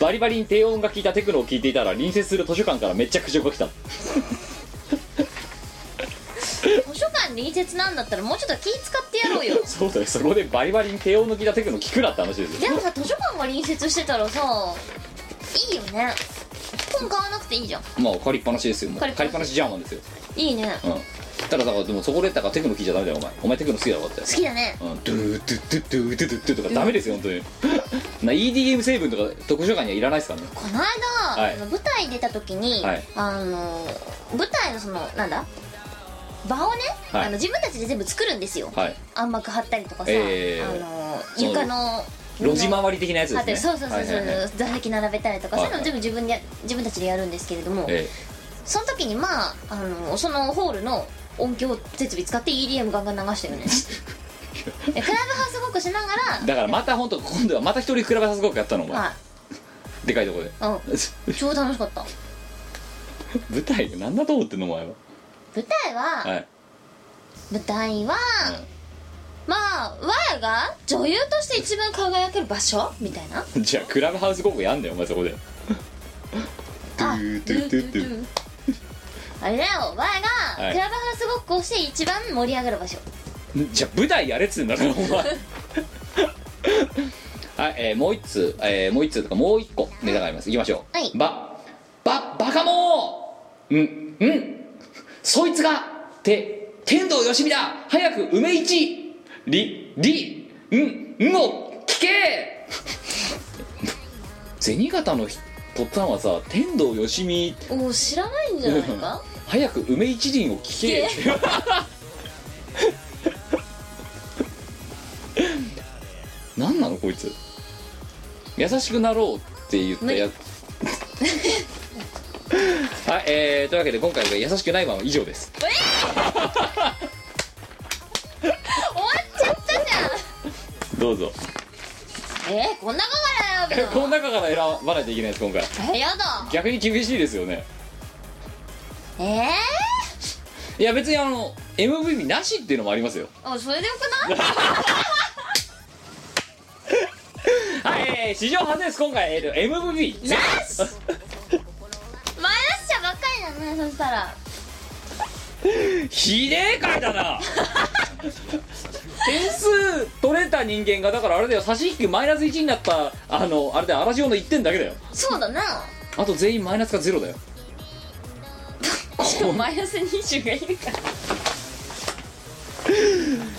バリバリに低音が聞いたテクノを聞いていたら隣接する図書館からめっちゃ苦情が来たん図書館隣接なんだったらもうちょっと気使ってやろ うよそうだよそこでバリバリに低音の聞いたテクノ聞くなって話ですよでもさ図書館が隣接してたらさいいよね本買わなくていいじゃんまあ借りっぱなしですよもう借り借っりぱなしっぱなしジャーマンですよ、いいねうん、ただだからでもそこでだからテクノ聞いちゃダメだよお前お前テクノ好きだろだって好きだねうんドゥードゥドゥドゥドゥドゥドゥとかダメですよ本当にな EDM 成分とか特殊感にはいらないですからねこの間、はいあの舞台出た時に、はいあの舞台のそのなんだ場をね、はあいの自分たちで全部作るんですよはい暗幕張ったりとかさ、えーあのそう床の路地回り的なやつ張でっすたねりそうそうそうそう、はいはいはい座席並べたりとか、はいはいそういうの全部自分でや自分たちでやるんですけれども、えその時にまああのそのホールの音響設備使って EDM ガンガン流した よねえクラブハウスごっこしながらえだからまた本当今度はまた一人クラブハウスごっこやったのお前はでかいとこでい、うん、超楽しかった舞台何だと思ってんのお前は舞台は、はい、舞台は、まあ我が女優として一番輝ける場所みたいなうんじゃあクラブハウスごっこやんだよお前そこであトゥートゥートゥートゥーあれだよ我がはいクラブハウスごっこをして一番盛り上がる場所じゃあ舞台やれっつうんだからお前はい、えーもう一通、えーもう一通とかもう一個ネタがありますいきましょうはいばばバカモーうんうんそいつがて天童よしみだ早く梅一りりうんうんを聞け 銭形のひとっつぁんはさ天童よしみおお知らないんじゃない か早く梅一輪を聞け何なのこいつ優しくなろうって言ったやつ はいえー、というわけで今回は「優しくないマン」は以上 です終わっちゃったじどうぞゃんえー、こんなことだよこの中から選ばないといけないです今回えー、やだ逆に厳しいですよねええいや別にあの MVP なしっていうのもありますよー、あそれでよくないはい、えー、史上初です今回、えーと、MVP なしマイナス者ばっかりだねそしたらひでえ回だな点数取れた人間がだからあれだよ差し引きマイナス1になったあのあれだよ荒汐の1点だけだよそうだなあと全員マイナスかゼロだよしかもマイナス20がいるから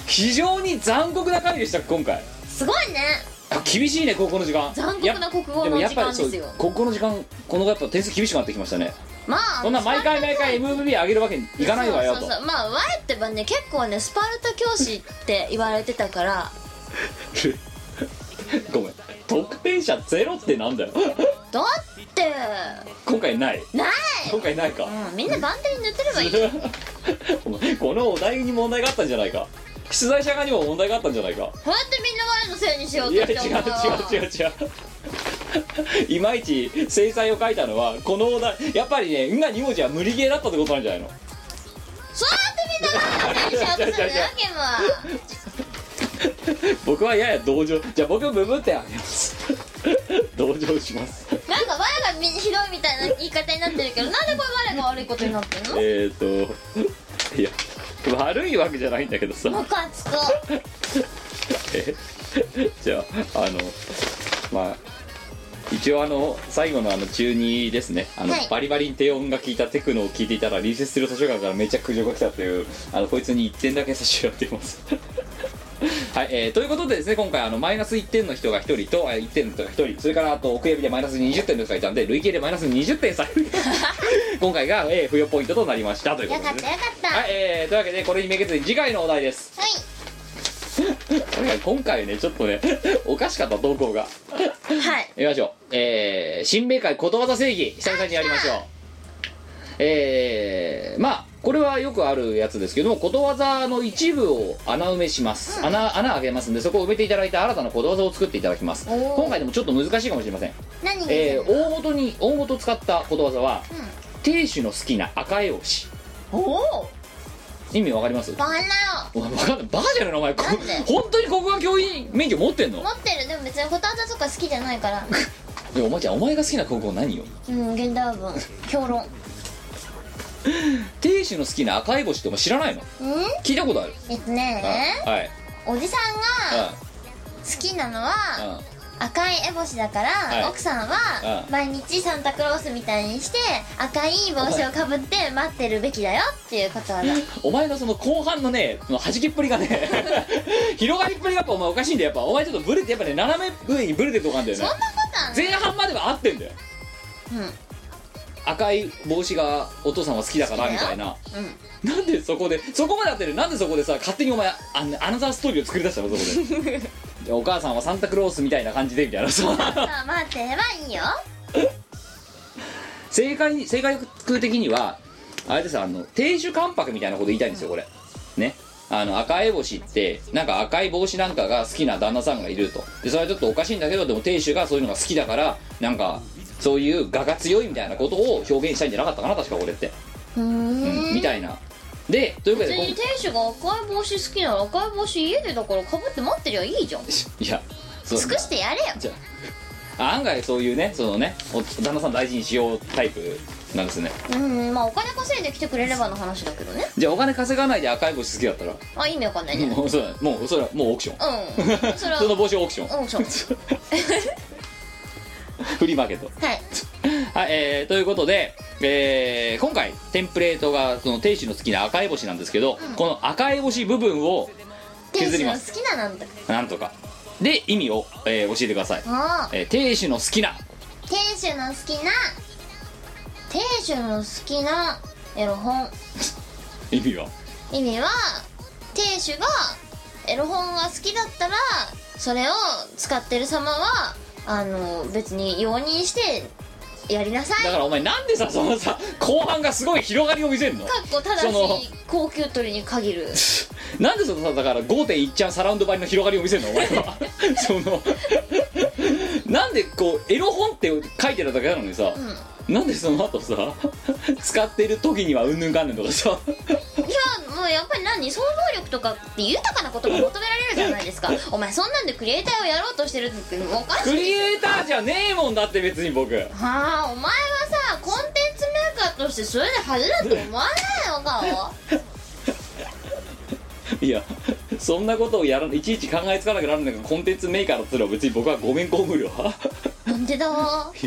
非常に残酷な回でした今回すごいねあ厳しいね高校の時間残酷な国語のやっでもやっぱり時間ですよそう高校の時間このやっぱ点数厳しくなってきましたねまあそんな毎回毎回 MVP 上げるわけにいかないわよとそうそうそうまあ我ってばね結構ねスパルタ教師って言われてたから ごめん得点者ゼロってなんだよだって今回ないない、今回ないか、うん、みんな番手に塗ってればいいよお前 このお題に問題があったんじゃないか出題者側にも問題があったんじゃないかそうやってみんな我のせいにしよういとやし違うて思う違う違う違ういまいち制裁を書いたのはこのお題やっぱりね「ん」が2文字は無理ゲーだったってことなんじゃないのそうやってみんな我のせいにしようとするわけも僕はやや同情じゃあ僕ブブってあげます 同情しますなんか我がみひどいみたいな言い方になってるけどなんでこれ我が悪いことになってるのえーといや悪いわけじゃないんだけどさムカつくえ じゃああのまあ一応あの最後のあの中2ですねあの、はいバリバリに低音が効いたテクノを聞いていたら隣接する図書館からめっちゃ苦情が来たというあのこいつに1点だけ差し上げています はい、えーということでですね今回あのマイナス1点の人が1人とあ1点の人が1人それからあと奥指でマイナス20点の人がいたんで累計でマイナス20点差 今回が、えー、付与ポイントとなりましたというこよとかでっすたねよかったはい、えーというわけでこれにめげずに次回のお題ですはい今回ねちょっとね おかしかった投稿がはい見ましょうえー、新明会ことわざ正義久々にやりましょうえー、まあこれはよくあるやつですけどもことわざの一部を穴埋めします、穴穴あげますんでそこを埋めていただいて新たなことわざを作っていただきますおー今回でもちょっと難しいかもしれません、何にえすー、る大元に大元を使ったことわざは、亭主の好きな赤絵押しおお意味わかりますバカなよお前わかんないバカじゃないのお前こなんで本当に国語教員免許持ってんの持ってるでも別にことわざとか好きじゃないからいやお前ちゃんお前が好きな高校何ようん現代文評論亭主の好きな赤い星ってお前知らないのうん聞いたことあるえっとねはいおじさんがう好きなのはんうん赤い烏帽子だから、い奥さんはう毎日サンタクロースみたいにして赤い帽子をかぶって待ってるべきだよっていうことだお前のその後半のねその弾きっぷりがね 広がりっぷりがやっぱお前おかしいんだよやっぱお前ちょっとブレてやっぱね斜め上にブレてるとこあんだよそんねなことはね前半までは合ってんだようん赤い帽子がお父さんは好きだから好きみだたよいな、なんでそこでそこまで合ってるなんでそこでさ勝手にお前あのアナザーストーリーを作り出したのそこ ででお母さんはサンタクロースみたいな感じでみたいなさまあ待ってればいいよ正解に正解的にはあれですあの亭主関白みたいなこと言いたいんですよこれねあの赤い帽子ってなんか赤い帽子なんかが好きな旦那さんがいるとでそれはちょっとおかしいんだけどでも亭主がそういうのが好きだからなんかそういう我が強いみたいなことを表現したいんじゃなかったかな確かこれって、ふーうん、みんたいなでというわけ別でに今店主が赤い帽子好きなら赤い帽子家でだからかぶって待ってりゃいいじゃんいやそう尽くしてやれよじゃあ案外そういうねそのねお旦那さん大事にしようタイプなんですねうんまあお金稼いで来てくれればの話だけどねじゃあお金稼がないで赤い帽子好きだったらあ意味わかんないねもうそうだもうそれはもうオークションうんそれは その帽子オークションうんそうフリーマーケット はいはいえー、ということで、えー今回テンプレートがその亭主の好きな赤い星なんですけど、この赤い星部分を天削り使のます好きななんだなんとかで意味を、えー教えてください、ああえー亭主の好きな天使の好きな天使の好きなエロ本意味は意味は亭主がエロ本が好きだったらそれを使ってる様はあの別に容認してやりなさいだからお前なんでさそのさ後半がすごい広がりを見せるのかっこただそしの高級取りに限るなんでそのさだから5.1ちゃんサラウンド張りの広がりを見せるのお前 はそのなんでこうエロ本って書いてるだけなのにさ、なんでその後さ使ってる時にはうんぬんかんぬんとかさいやもうやっぱり何想像力とかって豊かなことが求められるじゃないですかお前そんなんでクリエイターをやろうとしてるっておかしクいリエイターじゃねえもんだって別に僕はあお前はさコンテンツメーカーとしてそれで恥だと思わないのかいやそんなことをやらいちいち考えつかなくなるんだけどコンテンツメーカーだったら別に僕はごめんこ無料はおなんでだわい、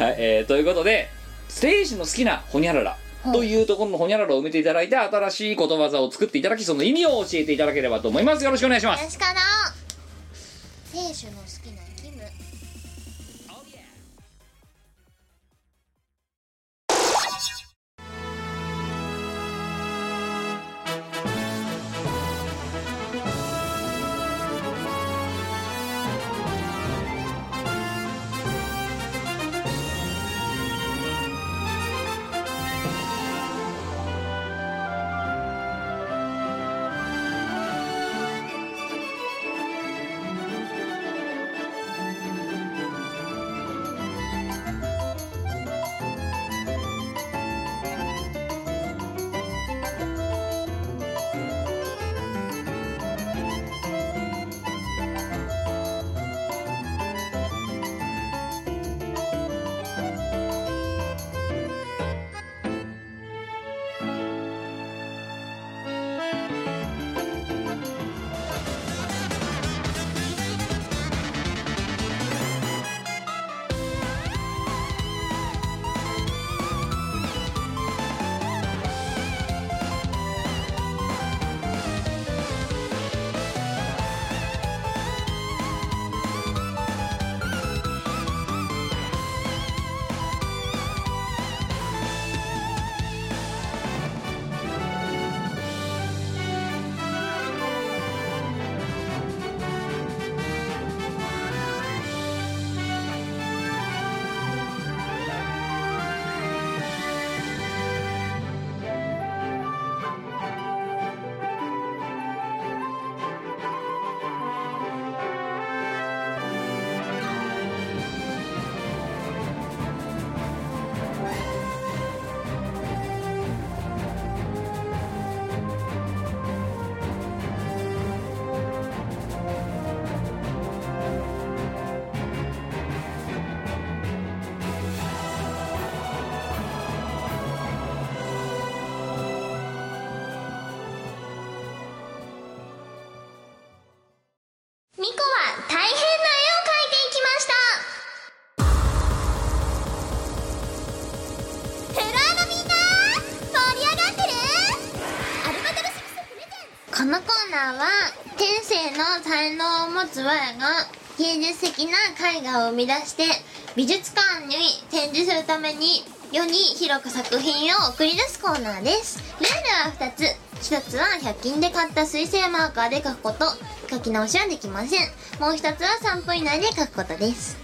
えーということでステージの好きなホニャララというところのホニャララを埋めていただいて新しいことわざを作っていただきその意味を教えていただければと思いますよろしくお願いします確かな選手の好きな義務はい、天性の才能を持つ我が芸術的な絵画を生み出して美術館に展示するために世に広く作品を送り出すコーナーですルールは2つ1つは100均で買った水性マーカーで描くこと描き直しはできませんもう1つは3分以内で描くことです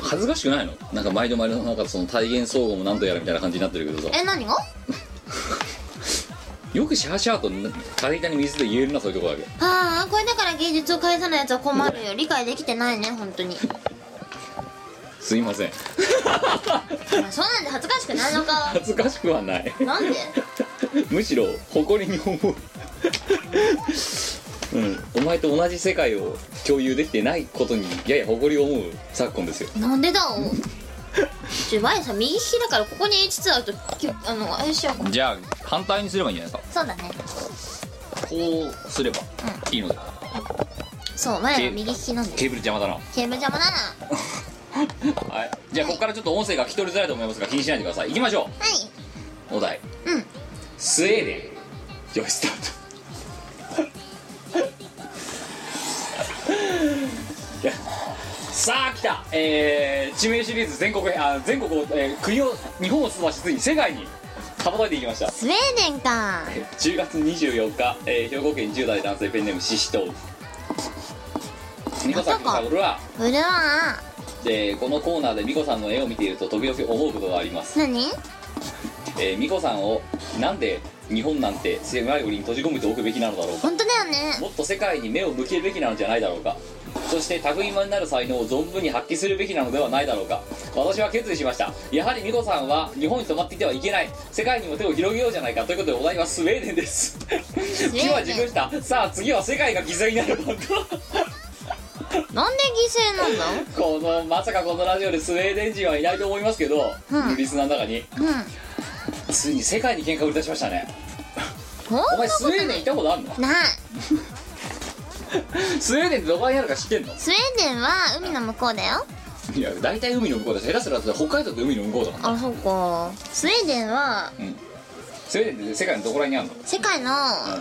恥ずかしくないのなんか毎度毎度なんかその体現総合も何度やるみたいな感じになってるけどさえ何がよくシャーシャーと体板に水で言えるなそういうとこだけああこれだから芸術を返さないやつは困るよ理解できてないね本 当にすいませんお前そうなんで恥ずかしくないのか恥ずかしくはない なんでむしろ誇りに思う うん、お前と同じ世界を共有できてないことにやや誇りを思う昨今ですよなんでだおちょワイさん右利きだからここに H2 あるときゅあのあれしようかじゃあ反対にすればいいんじゃないでそうだねすかこうすればいいのだ、そうワイは右利きなんでケーブル邪魔だなケーブル邪魔だなははいじゃあここからちょっと音声が聞き取りづらいと思いますが気にしないでください行きましょいうお題うんスウェーデンよしスタートいやさあ来た、えー、地名シリーズ全国へあ全国を、えー国を日本を進ましついに世界に羽ばたいていきましたスウェーデンか10月24日、えー兵庫県10代男性ペンネームシシトウ美子さんまさかミコさんは、うるわえーこのコーナーで美子さんの絵を見ていると時々思うことがあります、何えー、美子さんをなんで日本なんて狭い檻に閉じ込めておくべきなのだろうか本当だよねもっと世界に目を向けるべきなのじゃないだろうかそして類いまになる才能を存分に発揮するべきなのではないだろうか私は決意しましたやはり美子さんは日本に泊まっていてはいけない世界にも手を広げようじゃないかということでお題はスウェーデンです デン木は自分したさあ次は世界が犠牲になる番だなんで犠牲なんだこのまさかこのラジオでスウェーデン人はいないと思いますけど、うんリスナーの中にうんついに世界に喧嘩を売り出しましたねほんなお前ことスウェーデン行ったことあるのないスウェーデンってどこにあるか知ってんのスウェーデンは海の向こうだよいや大体海の向こうだし下手すら北海道って海の向こうだもんあそうかスウェーデンはスウェーデンって世界のどこら辺にあるの世界の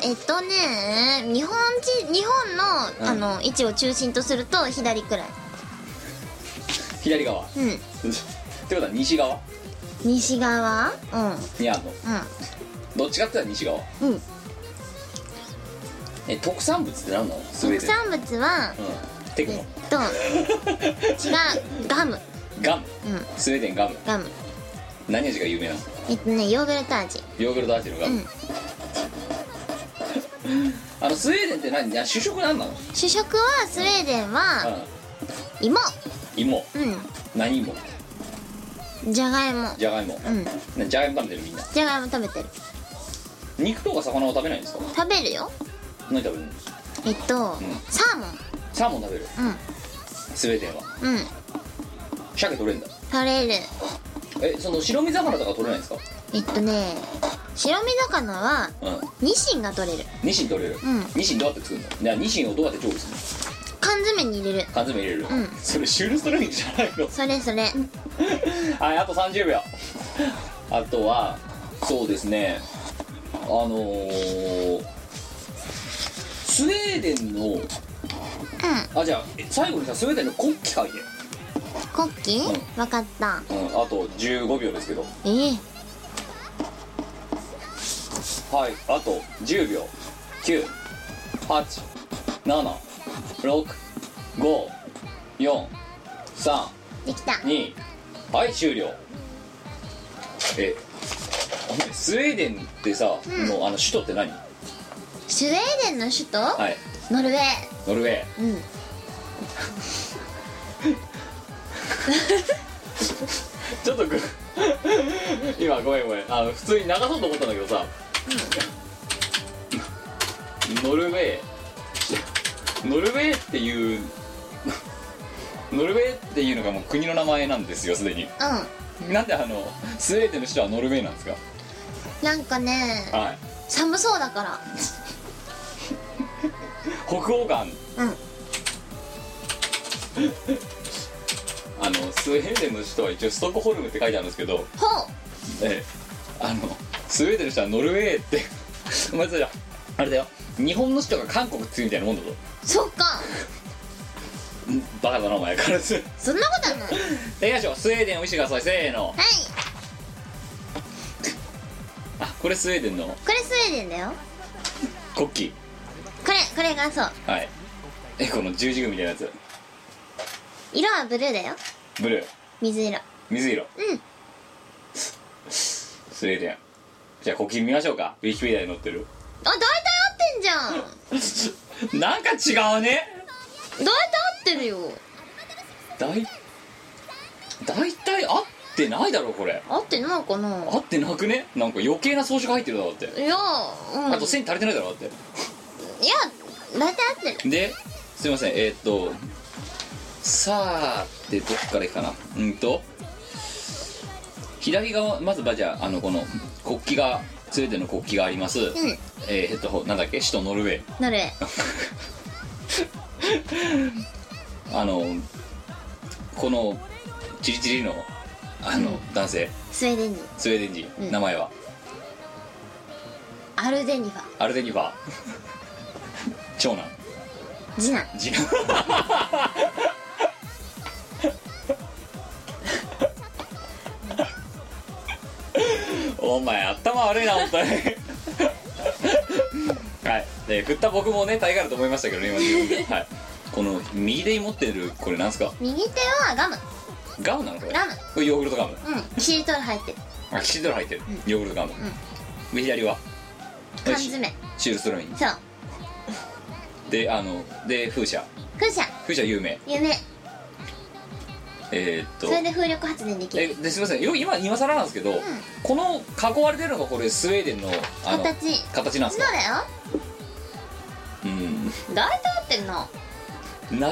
えっとね日本地日本のあうんの位置を中心とすると左くらい左側っうんてことは西側西側うんにあるのどっちかって言ったら西側うんうんえ特産物って何なのスウェー特デン産物はうんテクえっノ と違うガムガムうんスウェーデンガムガム何味が有名なのえっとねヨーグルト味ヨーグルト味のガうム、ん あのスウェーデンって何あ主食何なの、う主食はスウェーデンはん、芋芋う何芋んじゃがいもじゃがいもうんねじゃがいも食べてるみんなじゃがいも食べてる肉とか魚は食べないんですか食べるよ何食べるのえっとんサーモサーモン食べるンスウェーデンはうんうん鮭取れんだ取れるえその白身魚とか取れないんですかえっとね白身魚はうんニシンが取れるニシン取れる、うんニシンどうやって作るのじゃあニシンをどうやって調理するの缶詰に入れる缶詰入れる、うんそれシュールストレミングじゃないのそれそれはいあと30秒あとはそうですねあのー、スウェーデンのあじゃあえ最後にさスウェーデンの国旗書いて、コッキーわかったうん、あと15秒ですけどええはいあと10秒9 8 7 6 5 4 3できたにはい終了えお前スウェーデンってさ、うんのあの首都って何はスウェーデンの首都いノルウェーノルウェーうん ちょっとぐ今ごめんごめんあの普通に流そうと思ったんだけどさ、ノルウェーノルウェーっていうノルウェーっていうのがもう国の名前なんですよすでにうんなんであのスウェーデンの首都はノルウェーなんですかなんかねはい寒そうだから北欧感うん あのスウェーデンの首都は一応ストックホルムって書いてあるんですけど、ほ ええあのスウェーデンの人はノルウェーってお前それあれだよ日本の人が韓国強いみたいなもんだぞそっかうんバカだなお前から するそんなことはないはいでいきましょうスウェーデンを見せてくださいせーのあこれスウェーデンのこれスウェーデンだよ国旗これこれがそうはいえこの十字軍みたいなやつ色はブルーだよブルー水色水色うん スウェーデンじゃあ国旗見ましょうかウィキペディアに載ってるあ大体合ってんじゃん大体合なんか違うねってるよだい大体合ってないだろこれ合ってないかな合ってなくねなんか余計な装飾入ってるだろだっていやうんあと線足りてないだろだっていや大体合ってるですいませんえーっとさあってどっからいくかなうんと左側まずばじゃああのこの国旗がスウェーデンの国旗があります、んえーっとなんだっけ首都ノルウェーノルウェーあのこのチリチリのあの、男性スウェーデン人スウェーデン人、ん名前はアルデニファアルデニファー長男次男次男お前頭悪いな本当にはいで振った僕もね大概だと思いましたけどね今自分で、はい、この右手に持ってるこれなんすか右手はガムガムなのこれガムこれヨーグルトガムうんキシリトール入ってるあキシドラ入ってる、ヨーグルトガム、で左は缶詰シールストロインそうであので風車風車風車有名夢えーっとそれで風力発電できえるですみませんよ今今更なんですけど、この囲われてるのがこれスウェーデンのあの形形なんですそうかだようん大体合ってるな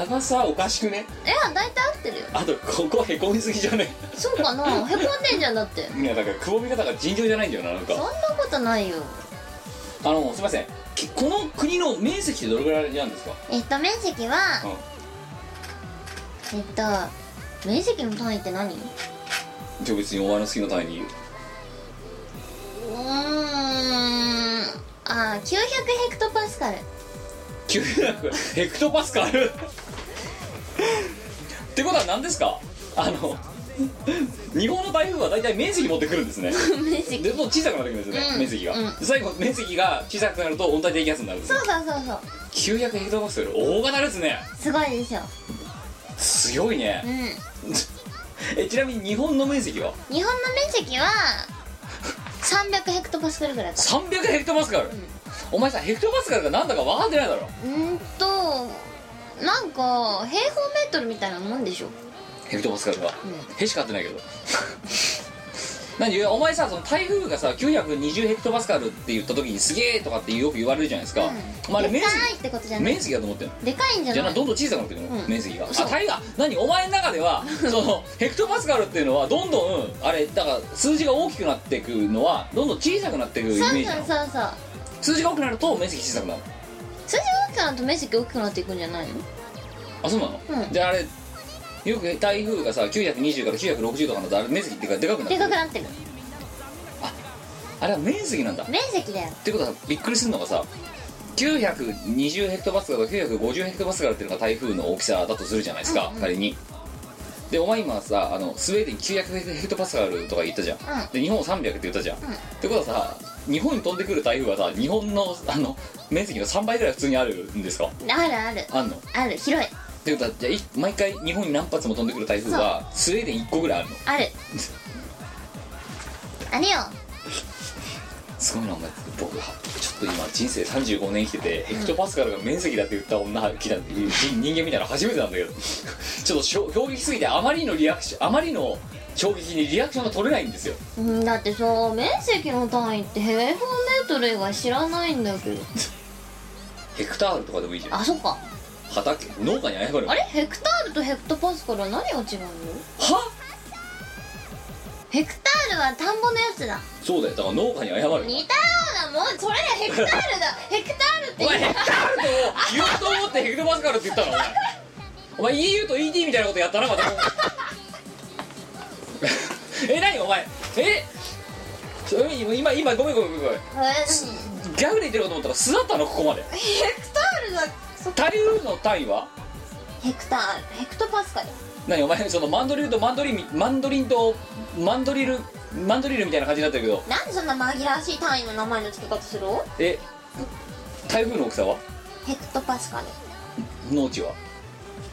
長さおかしくねいや大体合ってるよあとここへこみすぎじゃねそうかなへこんでんじゃんだっていやだからくぼみ方が尋常じゃないんだよななんそんなかことないよあのすみませんきこの国の面積ってどれぐらいなんですかえっと面積は、えっと面積の単位って何うじゃあ別にお前の好きな単位に言うーんあー900ヘクトパスカル900ヘクトパスカルってことは何ですかあの日本の台風は大体面積持ってくるんですね面積でもう小さくなってくるんですよね、うん面積が、うん最後面積が小さくなると温帯低気圧になるんですそねうそうそうそう900ヘクトパスカル大型ですねすごいでしょ強いねう、んえちなみに日本の面積は日本の面積は300ヘクトパスカルぐらいか300ヘクトパスカル、お前さヘクトパスカルが何だか分かってないだろうーんとなんか平方メートルみたいなもんでしょヘクトパスカルは、うへしか合ってないけど 何お前さその台風がさ920ヘクトパスカルって言った時にすげえとかってよく言われるじゃないですか、お前あれで面かい積ってことじゃない面積だと思ってんのでかいんじゃじゃあなないどんどん小さくなってくるの、うん面積がそあう大河何お前の中で はそのヘクトパスカルっていうのはどんどんあれだから数字が大きくなっていくのはどんどん小さくなっていくイメそーうそうジなのそうそう数字が多くなると面積小さくなる数字が大きくなると面積大きくなっていくんじゃないのあそうなの、うんじゃああれよく台風がさ920から960とかなるとあれ面積ってかでかくなってでくかくるなってるあれは面積なんだ面積だよってことはびっくりするのがさ920ヘクトパスカルと950ヘクトパスカルっていうのが台風の大きさだとするじゃないですか、仮にでお前今さあのスウェーデン900ヘクトパスカルとか言ったじゃん、で日本300って言ったじゃん、ってことはさ日本に飛んでくる台風はさ日本のあの面積の3倍ぐらい普通にあるんですかあるあるあんのっある広いてことはじゃあい毎回日本に何発も飛んでくる台風はスウェーデン1個ぐらいあるのあ るあれよすごいなお前僕はちょっと今人生35年生きてて、ヘクトパスカルが面積だって言った女が来た人人間みたいなの初めてなんだけどちょっとしょ衝撃すぎてあまりのリアクションあまりの衝撃にリアクションが取れないんですようんだってさ面積の単位って平方メートル以外知らないんだけどヘクタールとかでもいいじゃんあそっか畑農家に謝るあれヘクタールとヘクトパスカルは何が違うのはヘクタールは田んぼのやつだそうだよだから農家に謝る似たようなもんそれだヘクタールだヘクタールってお前ヘクタールと言おうと思ってヘクトパスカルって言ったのお前お前 EU と ET みたいなことやったなまた え何お前えそれ今今今ごめんごめんごめんごめんえーギャグで言ってるかと思ったら巣だったのここまでヘクタールだそタリウの単位はヘクタールヘクトパスカル何お前そのマンドリルとマンドリンマンドリンとマンドリルマンドリルみたいな感じになってるけどなんでそんな紛らわしい単位の名前の付け方するえ台風の大きさはヘクトパスカル農地は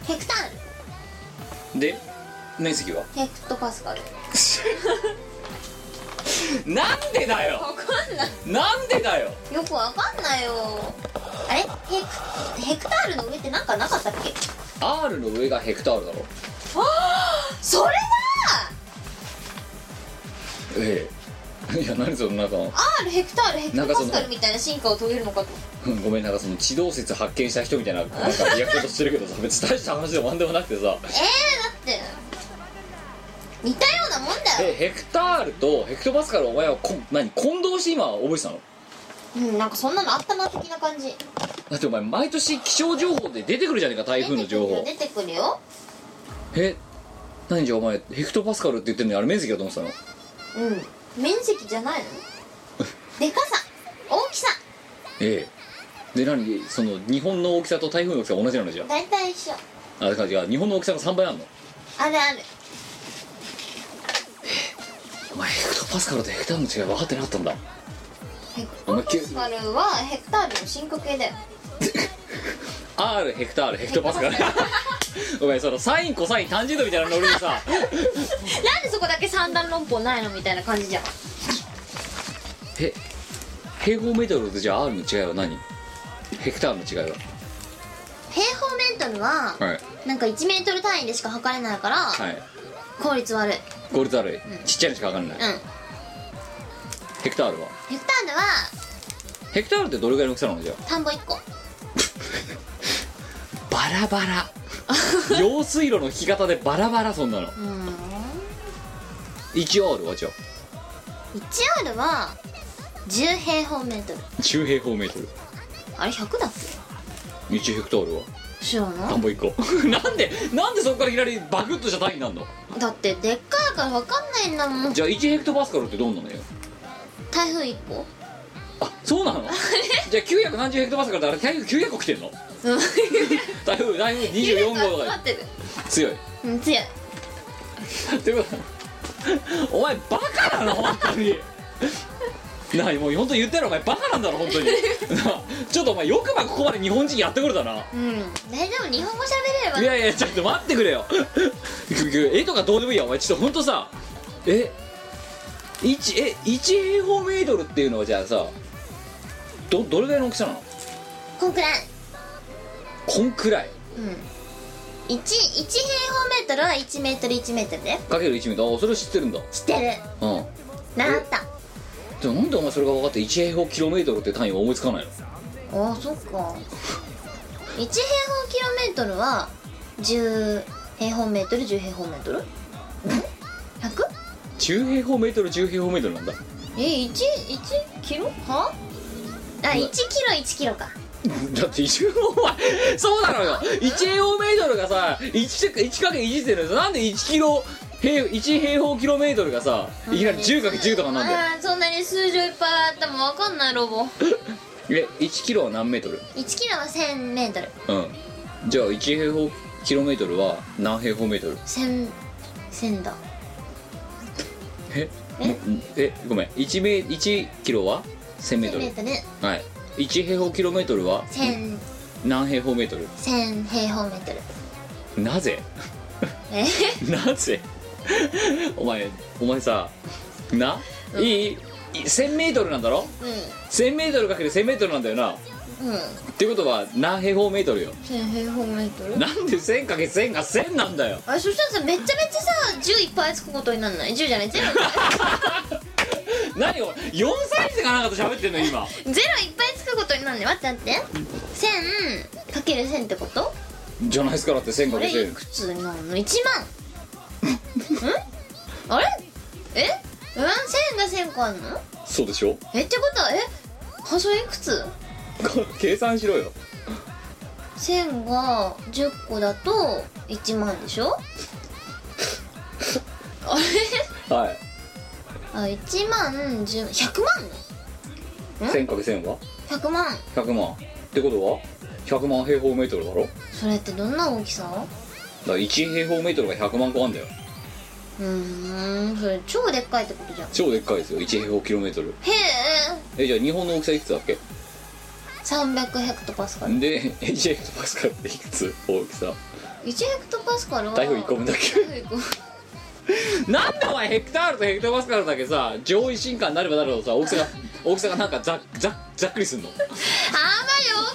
ヘクタールで面積はヘクトパスカルなんでだよわかんないなんでだよよくわかんないよあれヘクヘクタールの上ってなんかなかったっけ R の上がヘクタールだろそれええいや何そのなんかだ R ヘクタールヘクなトんかパそのスカルみたいな進化を遂げるのかとうんごめんなんかその地動説発見した人みたいななんかリアクションしてるけどさ別に大した話でもなんでもなくてさえー、だって似たようなもんだえよヘクタールとヘクトパスカルお前はこ何混同して今覚えてたのうんなんかそんなのあったな的な感じだってお前毎年気象情報で出てくるじゃねえか台風の情報出てくるよえ何じゃお前ヘクトパスカルって言ってるのにあれ面積だと思ってたの出てくるようん面積じゃないのでかさ大きさええで何その日本の大きさと台風の大きさは同じなのじゃ大体一緒あだからじゃあ日本の大きさが3倍あんのあるあるお前ヘクトパスカルとヘクタールの違い分かってなかったんだヘクおト前パスカルはヘクタールの進化系だよ R ヘクタールヘクトパスカル お前そのサインコサイン単純度みたいなの俺にさなんでそこだけ三段論法ないのみたいな感じじゃんえ平方メートルとじゃあ R の違いは何ヘクタールの違い平方メートルはははいなんか1メートル単位でしか測れないから、はい効率悪いうんゴールドアルイちっちゃいのしか分かんない、ヘクタールはヘクタールはヘクタールってどれぐらいの大きさなのじゃあ田んぼ1個バラバ ラ用水路の引き方でバラバラそんなのうん 1R はじゃあ 1R は10平方メートル10平方メートルあれ100だっけ1ヘクタールは知らな田いんぼ1個 なんでなんでそこからいきなりバクッとした単位になるのだってでっかいから分かんないんだもんじゃあ1ヘクトパスカルってどんなのよ台風1個あそうなのじゃあ930ヘクトパスカルだから台風900個来てんのうん台風台風24号と集まかってる強いうん強いってことはお前バカなの本当になにもう本当言ってるお前バカなんだろ本当に なあちょっとお前よくまここまで日本人やってくれたなうん大丈夫日本語喋れいればやいやちょっと待ってくれよ絵とかどうでもいいやお前ちょっと本当さえ一え一平方メートルっていうのはじゃあさどどれぐらいの大きさなのこんくらいこんくらいうん1 1平方メートルは1メートル1メートルでかける1ミリああそれ知ってるんだ知ってるうん習ったでもなんでお前それが分かって1平方キロメートルって単位は思いつかないのああそっか1平方キロメートルは10平方メートル10平方メートル 100? 10平方メートル10平方メートルなんだえ1 1キロはあ1キロ1キロか だって一応お前そうなのよ1平方メートルがさ 1×1 ってのなんで1キロ平1平方キロメートルがさいきなり 10×10 とかなんだよああそんなに数字いっぱいあってもわかんないロボ1え1キロは何メートルキロは1000メートルうんじゃあ1平方キロメートルは何平方メートル1000 1000だえんえごめん1メ1キロは1000メート1000メールトルはい1平方キロメートルは1000何平方メートル1000平方メートルなぜえ なぜお前お前さな、いい 1000m なんだろう 1000m×1000m なんだよなっんうんていうことは何平方メートルよ1000平方メートルなんで 1000×1000 が1000なんだよあれそしたらさめちゃめちゃさ銃いっぱいつくことになんない銃じゃないゼロ何を4歳児かなんかと喋ってんの今ゼロいっぱいつくことになんない待って待って1000かける1000ってことじゃないですからってあれい 1000×1000 くつになるの1万んあれえうん1000が1000個あんのそうでしょえってことはえあそれいくつ計算しろよ1000が10個だと1万でしょあれはいあ1万10 100万 1000×1000 は100万100万ってことは100万平方メートルだろだかそれってどんな大きさら1平方メートルが100万個あんだようーんそれ超でっかいってことじゃんへ超でっかいですよ1平方キロメートルええじゃあ日本の大きさいくつだっけ300ヘクトパスカルで1ヘクトパスカルっていくつ大きさ1ヘクトパスカルは台風1個分だっ台風1個分けなんでお前ヘクタールとヘクトパスカルだけさ上位進化になればなるほどさ大きさが大きさがなんかざっざっざっくりすんのあんまり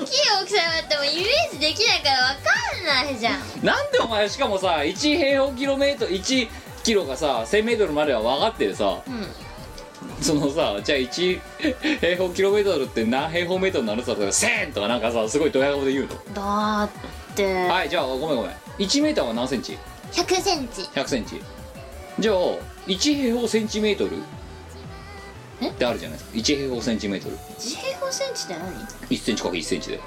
大きい大きさがあってもイメージできないからわかんないじゃんなんでお前しかもさ1平方キロメートル1キロがさ1 0 0 0メートルまでは分かってるさ、そのさじゃあ1平方キロメートルって何平方メートルなのさとか1000とかなんかさすごいドヤ顔で言うの、だってはいじゃあごめんごめん1メーターは何センチ100センチ100センチじゃあ1平方センチメートルえってあるじゃないですか1平方センチメートル1平方センチって何1センチかけ1センチで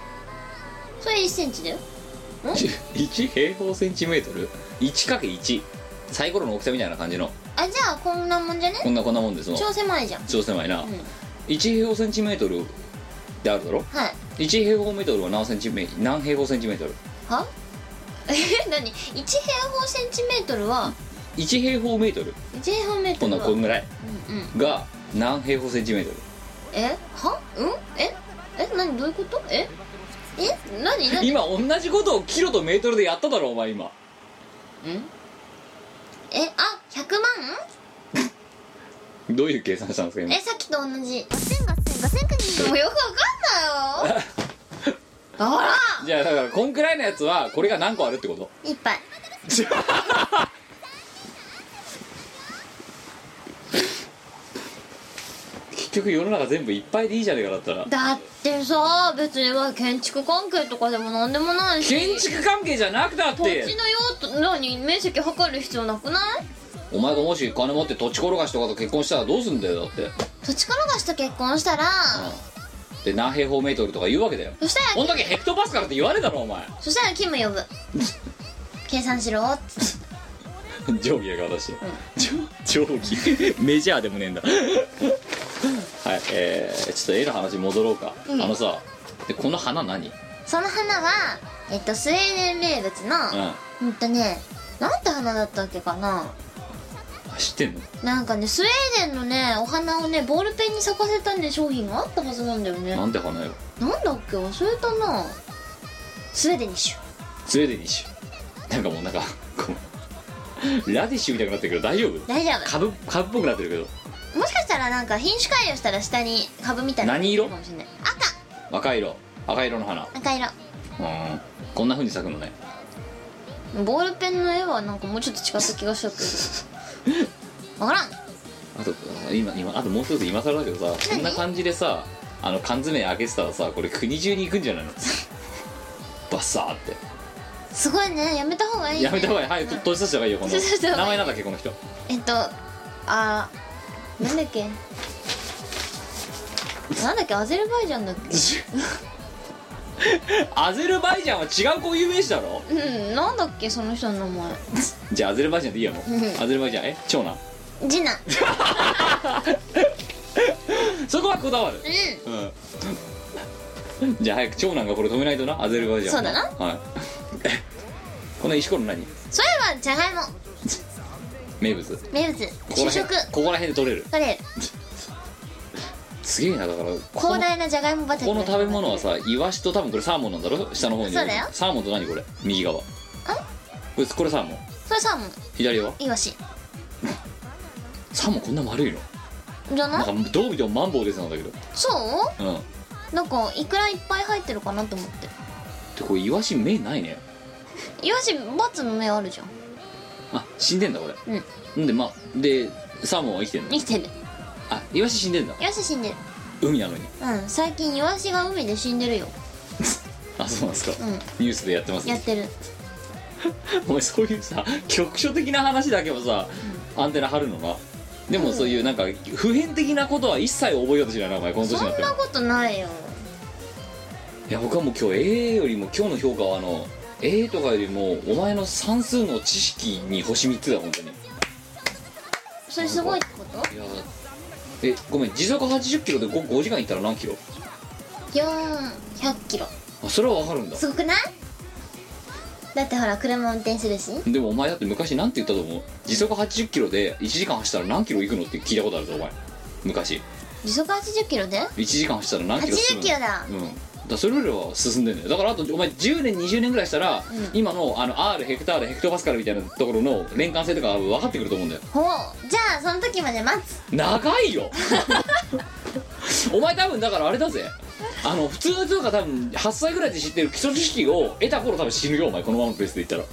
それ1センチだよ 1平方センチメートル1かけ1サイコロの大きさみたいな感じのあじゃあこんなもんじゃねこんなこんなもんですの超狭いじゃん超狭いな、うん1平方センチメートルってあるだろはい1平方メートルは何センチメ何平方センチメートルはえ何1平方センチメートルは1平方メートル1平方メーこトんなルはこんぐらいうんうんが何平方センチメートルえはうんええ何どういうことええ何 何今同じことをキロとメートルでやっただろお前今えあ100万どういう計算したんですか今えさっきと同じもうよくわかんないよあらじゃあだからこんくらいのやつはこれが何個あるってこといっぱい結局世の中全部いっぱいでいいじゃねえかだったらだってさ別には建築関係とかでも何でもないし建築関係じゃなくたっ土地ての用途なのに面積測る必要なくないお前がもし金持って土地転がしとかと結婚したらどうすんだよだって土地転がしと結婚したらで何平方メートルとか言うわけだよそしたこらんだけヘクトパスカルって言われたろお前そしたらキム呼ぶ計算しろっつって定規が私、定規メジャーでもねえんだはいえー、ちょっと絵の話戻ろうか、うんあのさでこの花何うんその花はえっとスウェーデン名物のうんとねなんて花だったっけかな知ってんのなんかねスウェーデンのねお花をねボールペンに咲かせたね商品があったはずなんだよねなんて花よなんだっけ忘れたなスウェーデンにしよスウェーデンにしなんかもうなんかこうラディッシュみたいになってるけど大丈夫う大丈夫株株っぽくなってるけどもしかしたらなんか品種改良したら下に株みたいなの何色かもしれない赤色赤色の花う赤赤色んこんな風に咲くのねボールペンの絵はなんかもうちょっと違った気がしたけ どわからんあと今今あともう一つ今更だけどさこんな感じでさあの缶詰開けてたらさこれ国中に行くんじゃないの バッサーってすごいねやめた方がいい、ね、やめた方がいいはいと閉じさせた方がいいよこの閉じさせた方がいい名前なんだっけこの人えっとあーなんだっけなんだっけアゼルバイジャンだっけアゼルバイジャンは違うこういう名詞だろうんなんだっけその人の名前じゃあアゼルバイジャンでいいやもうんうアゼルバイジャンえ長男ジナそこはこだわるううんじゃあ早く長男がこれ止めないとなアゼルバイジャンはそはいこの石ころ何んそれはじゃがいも名物名物ここ主ら辺食ここら辺で取れるそれすげえなだからこ広大なじゃがいも畑この食べ物はさイワシと多分これサーモンなんだろ下の方にそうだよサーモンと何これ右側これこれサーモンそれサーモン左はイワシサーモンこんな丸いのじゃないなんかどう見てもマンボウですなんだけどそううんなんかいくらいっぱい入ってるかなと思ってでこれイワシ目ないねイワシバツの目あるじゃんあ死んでんだこれうんんでまあでサーモンは生きてんの生きてるあイワシ死んでんだイワシ死んでる海なのにうん最近イワシが海で死んでるよあそうなんですか、うんニュースでやってますやってるお前そういうさ局所的な話だけはさ、アンテナ張るのがでもそういうなんか普遍的なことは一切覚えようとしないなお前この年そになっんてなことないよいや僕はもう今日 A よりも今日の評価はあの A とかよりもお前の算数の知識に星3つだ本当にそれすごいってこいやえごめん時速80キロで 5, 時間いったら何キロと400キロあそれはわかるんだすごくないだってほら車運転するしでもお前だって昔なんて言ったと思う時速80キロで1時間走ったら何キロ行くのって聞いたことあるぞお前昔時速80キロで1時間走ったら何キロ進80むキロだうんだからそれよりは進んでんだよだからあとお前10年20年ぐらいしたら、うん今のあの R ヘクタールヘクトパスカルみたいなところの連関性とか分かってくると思うんだよほうじゃあその時まで待つ長いよお前多分だからあれだぜあの普通の人が多分8歳ぐらいで知ってる基礎知識を得た頃多分死ぬよお前このままのペースでいったらほ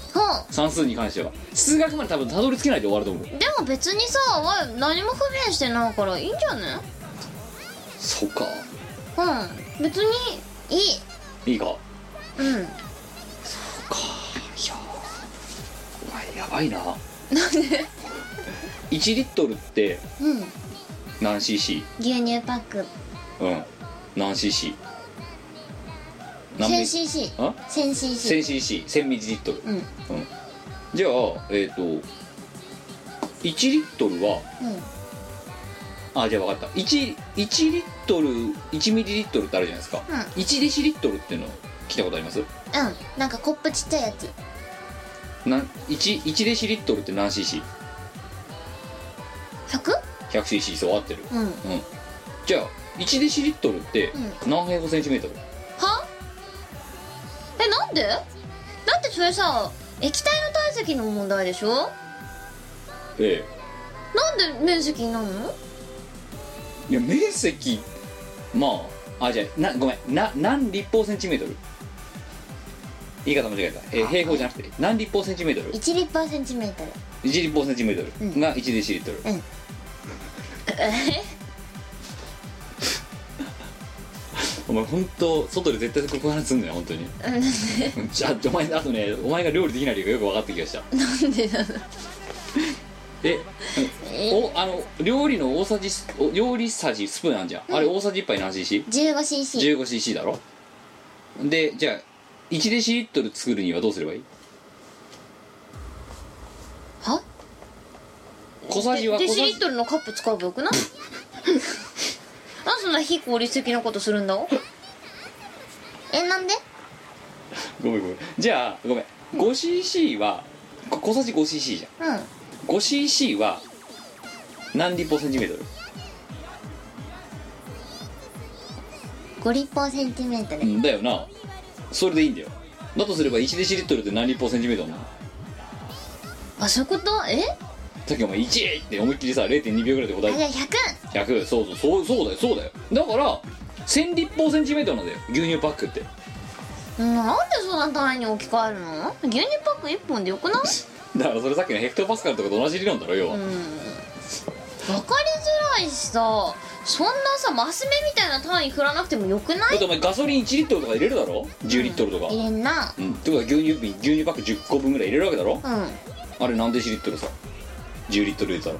算数に関しては数学まで多分たどり着けないで終わると思うでも別にさわ何も不便してないからいいんじゃねそっかうん別にういいいいかうんいやお前やばいななんで1リットルってうん何 cc 牛乳パックうん何 cc 何ミリ 1000cc あ 1000cc 1000cc1000 ミリリットルうんじゃあえっ、と1リットルはうんあじゃあ分かった 1, 1リットル1ミリリットルってあるじゃないですか、う1デシリットルっていうの聞いたことありますうんなんかコップちっちゃいやつなん 1, 1デシリットルって何 cc100cc 100? そう合ってるうんじゃあ1デシリットルって何平方センチメートル、はえなんでだってそれさ液体の体積の問題でしょえなんで面積になるのえいや面積まああじゃあなごめんな何立方センチメートル言い方間違えた、えー平方じゃなくて何立方センチメートル1立方センチメートル1立方センチメートうルが1デシリットル、うん お前本当外で絶対ここ話すんだよ本当にじゃあお前あとねお前が料理できない理由がよく分かってきましたなんでなのえおあの料理の大さじお料理さじスプーンあんじゃん、あれ大さじ1杯何 cc?15cc 15cc だろでじゃあ1デシリットル作るにはどうすればいいは小さじはデ小シさリッじトルのカップ使えばよくないなんでそんな非効率的なことするんだえなんでごめんごめんじゃあごめん 5cc はこ小さじ 5cc じゃんうん 5cc は何立方センチメートル5立方センチメートうルんだよなそれでいいんだよだとすれば1デシリットルって何立方センチメートルなのあそういうことえさっきお前1って思いっきりさ0.2秒ぐらいで答あじえゃあた100 100そうそうそうそうだよそうだよだから1000立方センチメートルなんだよ牛乳パックってなんでそんな単位に置き換えるの牛乳パック1本でよくないだからそれさっきのヘクトパスカルとかと同じ理論だろ要は、分かりづらいしさそんなさマス目みたいな単位振らなくてもよくなだっいてお前ガソリン1リットルとか入れるだろ10リットルとか、入れんなうんってことは牛乳瓶牛乳パック10個分ぐらい入れるわけだろうんあれ何デシリットルさ10リットル入れたら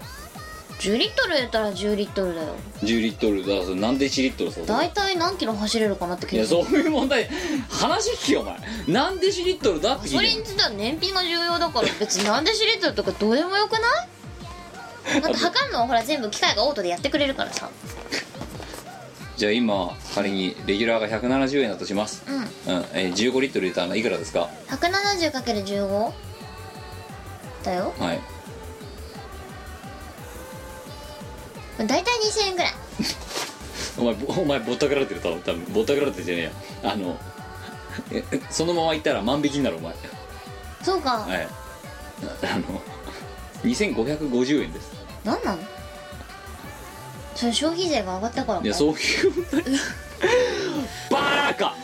10リットル入れたら10リットルだよ10リットルだからそれ何デシリットルさ大体何キロ走れるかなってい気やがするそういう問題話聞けよお前何デシリットルだって聞いそれてんにのついては燃費が重要だから別に何で知れてるとかどうでもよくないだって測るのはほら全部機械がオートでやってくれるからさじゃあ今仮にレギュラーが170円だとしますうんうん、えー、15リットル入れたらいくらですか 170×15 だよはい大体2000円ぐらいお前ぼお前ぼったくられてる多分多分ぼったくられてるじゃねえやあのええそのままいったら万引きになるお前そうかはいあの2550円ですなんなんそれ消費税が上がったからかいやそういう問題バーカ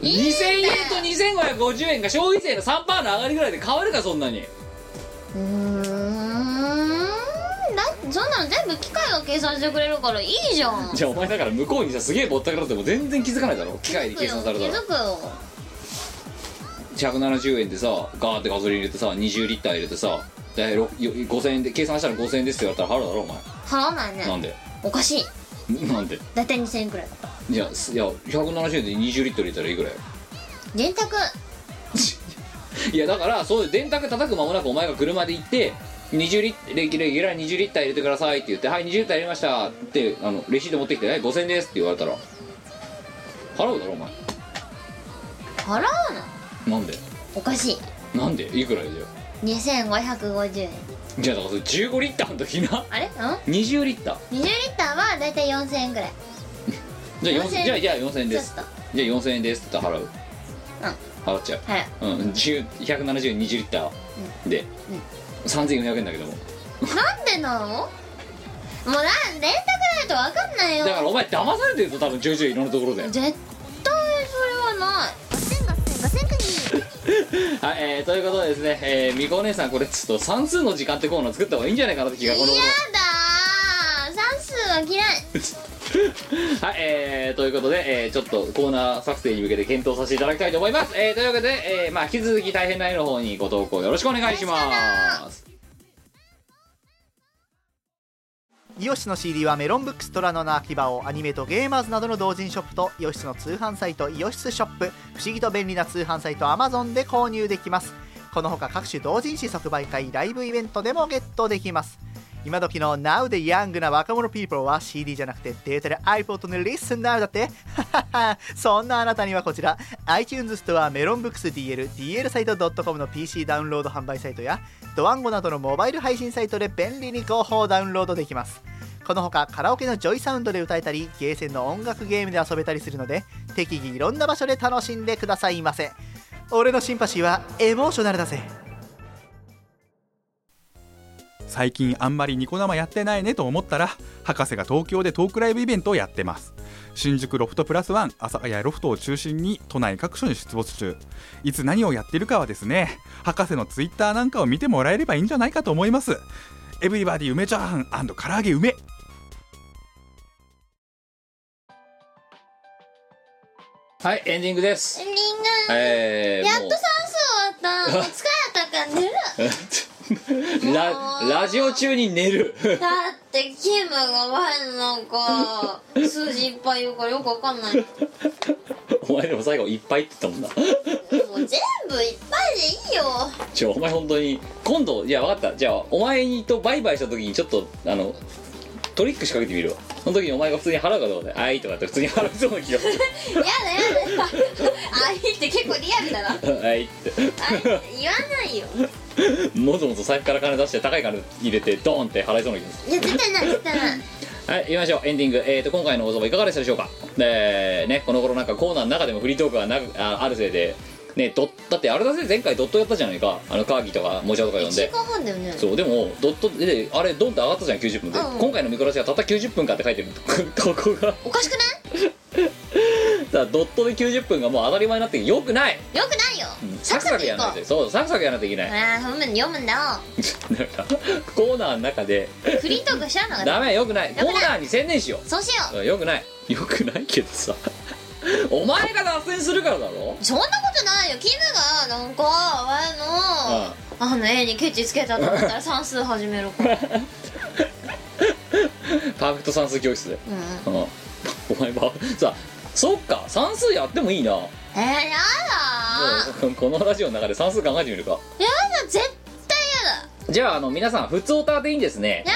!2000 円と2550円が消費税の3%の上がりぐらいで変わるかそんなにうーんだそんなの全部機械が計算してくれるからいいじゃんじゃあお前だから向こうにさすげえぼったくられても全然気づかないだろ機械で計算された気らづくよ170円でさガーってガソリン入れてさ20リッター入れてさ大体ろよ5000円で計算したら5000円ですって言われたら払うだろお前払わないねなんで おかしいなんで大体2000円くらいだったいやすいや170円で20リットル入れたらいいぐら いよ電卓いやだからそういう電卓叩く間もなくお前が車で行って20リッレギュレギュラー20リッター入れてくださいって言って「はい20リッター入れました」ってあのレシート持ってきて「はい5000です」って言われたら払うだろお前払うのなんでおかしいなんでいくらよじゃ2550円あじゃあだからそれ15リッターの時なあれうん20リッター20リッターはだいたい4000円ぐらいじゃあ4000 4000じゃあじゃあ4000円ちでょっすとじゃあ4000円ですって言ったら払う払っちゃうはいうん10 170 20リッターで、3400円だけどもなんでなのもうなんレンタクないと分かんないよだからお前騙されてると多分ちょいちょいいろんなところで絶対それはないガセンガセンガセンクニはい、えー、ということでですね、えー、みこお姉さんこれちょっと算数の時間ってコーナー作った方がいいんじゃないかなって気がこのーやだー算数は嫌いはい、えー、ということで、えー、ちょっとコーナー作成に向けて検討させていただきたいと思います、えー、というわけで、えーまあ、引き続き大変な絵の方にご投稿よろしくお願いしますイオシスの CD はメロンブックストラノの秋葉をアニメとゲーマーズなどの同人ショップとイオシスの通販サイトイオシスショップ不思議と便利な通販サイト Amazon で購入できますこのほか各種同人誌即売会ライブイベントでもゲットできます今時の Now でヤングな若者 people は CD じゃなくてデータで iPod の Listen Now だって そんなあなたにはこちら iTunes ストアメロンブックス DL、DL サイト .com の PC ダウンロード販売サイトやドワンゴなどのモバイル配信サイトで便利に広報ダウンロードできますこのほかカラオケのジョイサウンドで歌えたりゲーセンの音楽ゲームで遊べたりするので適宜いろんな場所で楽しんでくださいませ俺のシンパシーはエモーショナルだぜ最近あんまりニコ生やってないねと思ったら博士が東京でトークライブイベントをやってます新宿ロフトプラスワン朝早ロフトを中心に都内各所に出没中いつ何をやってるかはですね博士のツイッターなんかを見てもらえればいいんじゃないかと思いますエブリバディ梅チャーハン唐揚げ梅はいエンディングですエンディングえー、やっと算 数終わった疲れたから寝るもう ララジオ中に寝る だってキムが前のなんか数字いっぱい言うからよくわかんないもうお前でも最後いっぱいって言ったもんな全部いっぱいでいいよちょお前本当に今度いや分かったじゃあお前にとバイバイした時にちょっとあのトリック仕掛けてみるわその時にお前が普通に払うかどうかで「あい」とかって普通に払うそうな気がするやだやだあいって結構リアルだなあいっ 「あい」ってて言わないよもぞもぞ財布から金出して高い金入れてドーンって払いそうな気がすいや絶対ない絶対ないるはい言いましょうエンディング、えー、と今回の放送はいかがでしたでしょうかえー、ねこの頃なんかコーナーの中でもフリートークがなくああるせいでねドッだってあれだぜ前回ドットやったじゃないかあのカーギーとかモチャとか呼ん1時で間半だよねそうでもドットであれドンって上がったじゃん90分で、うん今回の見殺しがたった90分かって書いてるここがおかしくないだドットで90分がもう当たり前になってよくないよくないよササクサクサククいやこらないうとそうサクサクやらないといけないほら本文読むんだよなんかコーナーの中でフリートークしちゃうのがダメよくないくないコーナーに専念しようそうしようよくないよくないけどさお前が脱線するからだろそんなことないよキムがなんか前のああの絵にケチつけたと思ったら算数始め るからパーフェクト算数教室で、うんうん、お前はさそっか算数やってもいいなえー、やうだんこのラジオの中で算数考えてみるかー絶対やだじゃああの皆さん普通オタでいいんですねな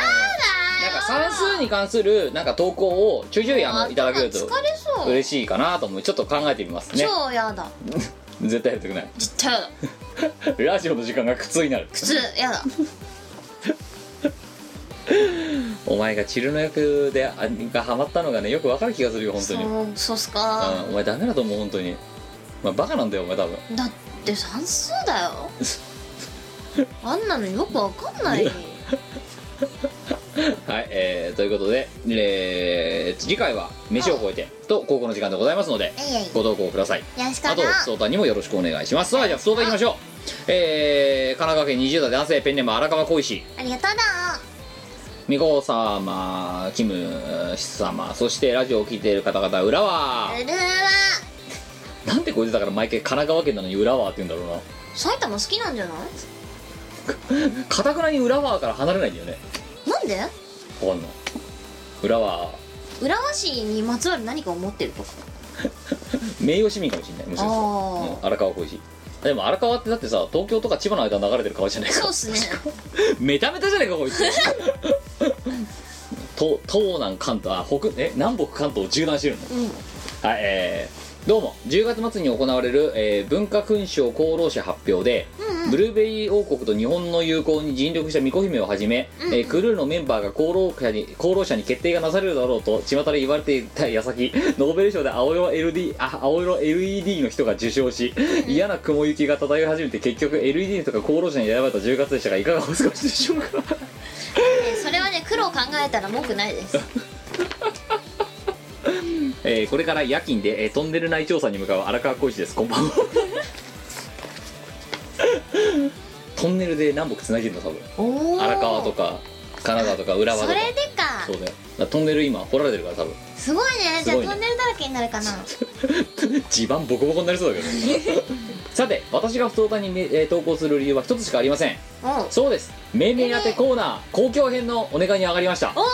んか算数に関するなんか投稿をちょいちょいあのいただけると疲れそう嬉しいかなと思うちょっと考えてみますね超やだ絶対やりたくない絶対やだラジオの時間が苦痛になる普通やだお前がチルノ役であがハマったのがねよくわかる気がするよ本当にそうそうっすかうんお前ダメだと思う本当にまあバカなんだよお前多分だって算数だよあんなのよくわかんない はいえー、ということで、えー、次回は飯を超えてと高校の時間でございますのでいやいやご投稿くださいよしあかとな普通歌にもよろしくお願いしますさあじゃあ普通歌いきましょうえー、神奈川県20代男性ペンネーム荒川小石ありがとうだ美子様キムシス様そしてラジオを聴いている方々裏はうるわなんでこいつだから毎回神奈川県なのに裏はって言うんだろうな埼玉好きなんじゃないかたくなに浦和から離れないんだよねなんでわかんない浦和浦和市にまつわる何かを持ってるとか名誉市民かもしれないむしろあーうん荒川浩一でも荒川ってだってさ東京とか千葉の間流れてる川じゃないそうかっすねメタメタじゃないかこいつと東南関東あ北え南北関東を縦断してるのうんはいえーどうも10月末に行われる、えー文化勲章功労者発表で、ブルーベリー王国と日本の友好に尽力した巫女姫をはじめ、えークルーのメンバーが功労者に功労者に決定がなされるだろうと巷で言われていた矢先ノーベル賞で青色 LED, あ青色 LED の人が受賞し、 嫌な雲行きが漂い始めて結局 LED の人が功労者に選ばれた10月でしたがいかがお過ごしでしょうかでそれはね苦労考えたら文句ないです えーこれから夜勤で、えートンネル内調査に向かう荒川浩一ですこんばんは トンネルで南北つなげるの多分おお 荒川とか神奈川とか浦和そとかれでかそうだよだからトンネル今掘られてるから多分 すごいねすじゃあごトいねンネルだらけになるかな地盤ボコボコになりそうだけど さて私が不登壇にめ、えー投稿する理由は一つしかありませんおうそうです命名当てコーナー公共編のお願いに上がりましたおー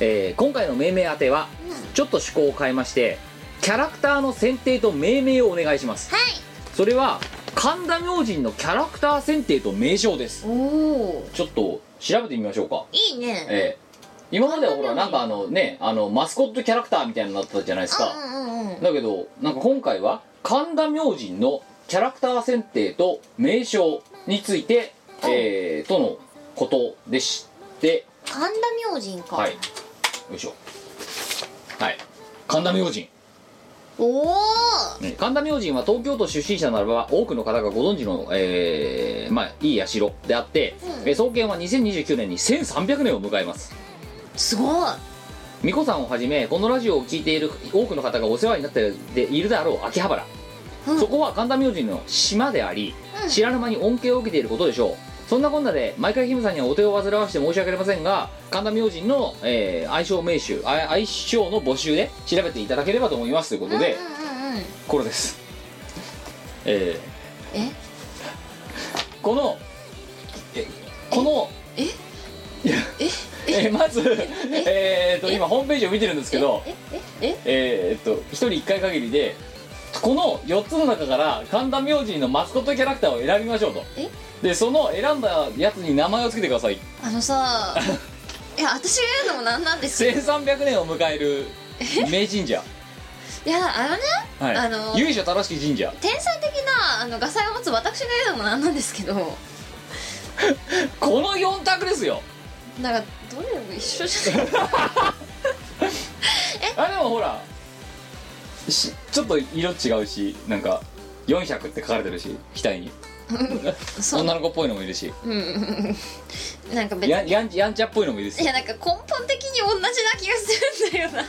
えー今回の命名当ては、ちょっと趣向を変えましてキャラクターの選定と命名をお願いしますはいそれは神田明神のキャラクター選定と名称ですおおちょっと調べてみましょうかいいねええ今まではほらなんかあのねあのマスコットキャラクターみたいになったじゃないですか、うんうんうんだけどなんか今回は神田明神のキャラクター選定と名称について、えーとのことでして神田明神か、はいよいしょはい神田明神おおね神田明神は東京都出身者ならば多くの方がご存知の、えーまあ、いい社であって、うんえー創建は2029年に1300年を迎えますすごい美子さんをはじめこのラジオを聞いている多くの方がお世話になっているであろう秋葉原、うんそこは神田明神の島であり、知らぬ間に恩恵を受けていることでしょうそんなこんなで毎回姫さんにはお手を煩わして申し訳ありませんが神田明神の、えー愛称名手あ愛称の募集で調べていただければと思いますということで、うんうんうんこれですえーえこのえこのえいやえまずえーっと今ホームページを見てるんですけどええええーっと一人一回限りでこの4つの中から神田明神のマスコットキャラクターを選びましょうとえでその選んだやつに名前を付けてくださいあの さいや私が言うのもなんなんですよ1300年を迎える名神社、いやあのねはいあの由緒正しき神社天才的なあの画才を持つ私が言うのもなんなんですけどこの4択ですよなんかどれも一緒じ ゃないあでもほらしちょっと色違うしなんか400って書かれてるし額にそ女うの子っぽいのもいるしうんうんうんなんか別にややんやんちゃっぽいのもいるいしやなんか根本的に同じな気がするんだよな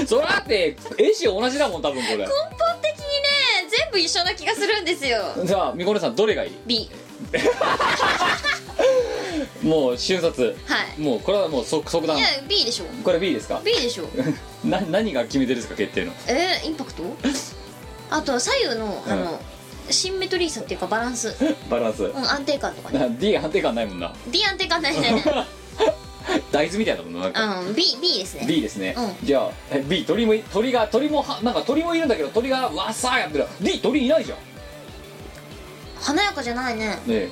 根そらって絵師同じだもん多分こ本れ的にね全部一緒な気がするんですよじゃあみこねさんどれがいい B もう瞬殺はいもうこれはもう即即断いや B でしょこれ B ですか B でしょな何が決め手ですか決定のえー、インパクトあとは左右のあの、シンメトリーさっていうかバランス、うバランスん、安定感とかねな D 安定感ないもんな D 安定感ない ね大豆みたいだもんななんかうん B, B ですね B ですね、うじゃあえ B 鳥もい鳥が鳥もはなんか鳥もいるんだけど鳥がわっさーやってる D 鳥いないじゃん華やかじゃないねねえ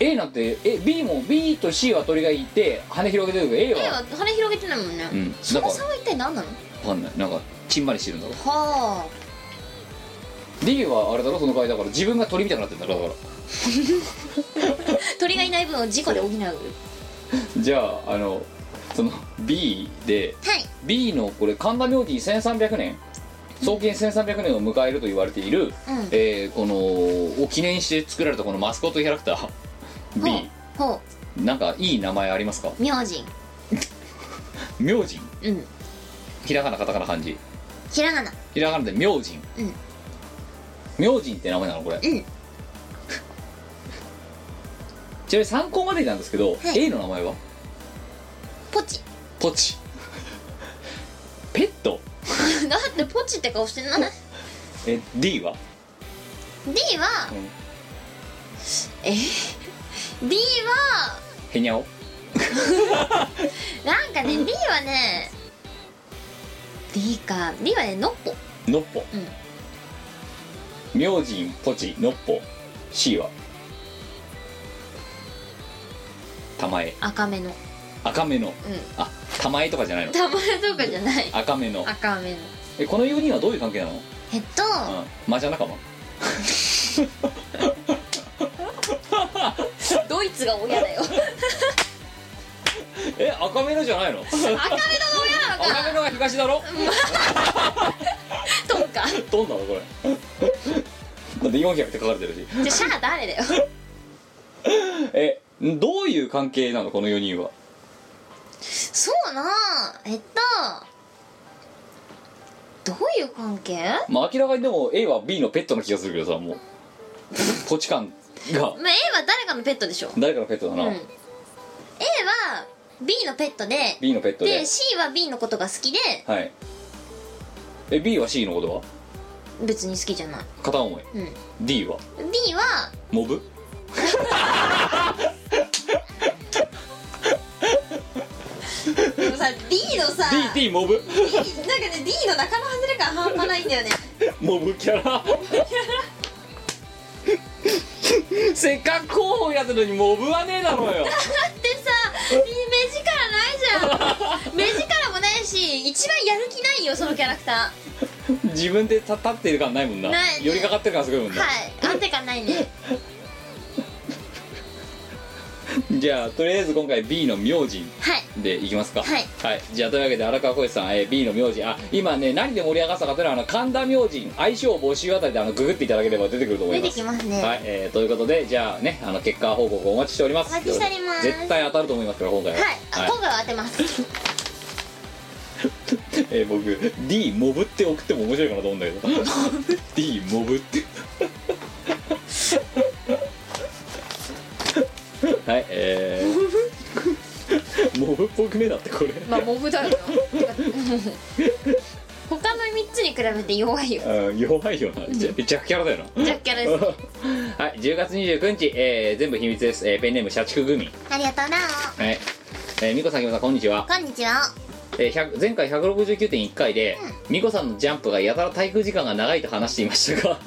A なんてえ B も B と C は鳥がいて羽広げてるけど A A はは羽広げてないもんね、うんそのだから差は一体何なのわかんないなんかちんまりしてるんだろは D はあれだろその場合だから自分が鳥みたいになってんだろだかあ鳥がいない分を事故で補うはらじゃああのその B でい B のこれ神田明神1300年創建1300年を迎えると言われている、うんえーこのを記念して作られたこのマスコットキャラクター B ほなんかいい名前ありますかう明神明神うんひらがなカタカナ漢字ひらがなひらがなで明神、うん明神って名前な のこれ、んちなみに参考までなんですけど、はい A の名前はポチ ポチペットだってポチって顔してないえ D は D は、うんえ B はヘニャオなんかね B はね D か D はねのっぽノッポ、うん明神ポチノッポ C は玉江赤目の赤目のうあ玉江とかじゃないのん玉江とかじゃない赤目の赤目のえこの4人はどういう関係なのえっとうん麻雀仲間ドイツが親だよえ赤目のじゃないの赤目の親なの赤目のは東だろとかどんなのこれ だって400って書かれてるしじゃあシャア誰だよえどういう関係なのこの4人はそうなえっとどういう関係まあ明らかにでも A は B のペットの気がするけどさもうポチ感がまあ A は誰かのペットでしょ誰かのペットだうな、ん A は B のペットで B のペットでで C は B のことが好きではいえ B は C のことは別に好きじゃない片思い、うん D は B はモブでもさ D のさ DT モブ D なんかね D の中の外れ感半端ないんだよねモブキャラ せっかく候補やったのにモブはねえだろうよでさ目力ないじゃん目力もないし一番やる気ないよそのキャラクタ自分で立立ってる感ないもんなないね寄りかかってる感すごいもんーな、はい安定感ないねじゃあとりあえず今回 B の名人はいでいきますかはい、じゃあというわけで荒川浩一さん、えー B の名字あ今ね何で盛り上がったかというのはあの神田明神相性募集あたりであのググっていただければ出てくると思いま出てすきますね、はい、えーということでじゃあねあの結果報告お待ちしておりますお待ちしております絶対当たると思いますから今回ははい、あはい今回は当てますえー僕 D モブって送っても面白いかなと思うんだけど D モブってはいえーモブっぽくねえだってこれまあモブだよなてか 他の3つに比べて弱いようん弱いよなじゃ弱キャラだよなジャッキャラですはい10月29日、えー全部秘密です、えーペンネーム社畜グミありがとうなはいえー、みこさんきむさんこんにちは、こんにちはえー100前回169.1回で、みこさんのジャンプがやたら滞空時間が長いと話していましたが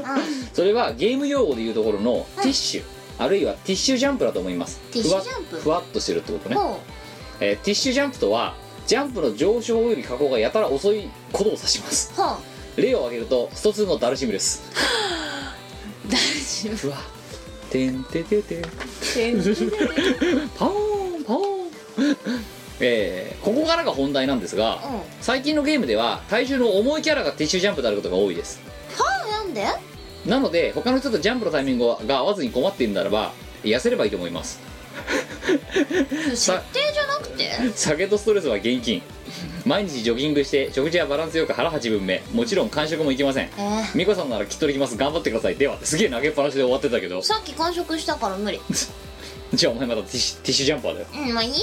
それはゲーム用語でいうところのティッシュ、あるいはティッシュジャンプだと思いますティッシュジャンプふわふわっとしてるってことね、ほえーティッシュジャンプとはジャンプの上昇および下降がやたら遅いことを指しますうほ例を挙げるとスト2のダルシムです大丈夫うわてんてててんパーンパーンえー、ここからが本題なんですが、ううん最近のゲームでは体重の重いキャラがティッシュジャンプであることが多いですなんでなので他の人とジャンプのタイミングが合わずに困っているならば痩せればいいと思いますさ定じゃなくて酒とストレスは現金毎日ジョギングして食事はバランスよく腹八分目もちろん完食もいけませんえー美子さんならきっとできます頑張ってくださいではすげえ投げっぱなしで終わってたけどさっき完食したから無理じゃあお前またティッシュティッシュジャンパーだようんまあいいや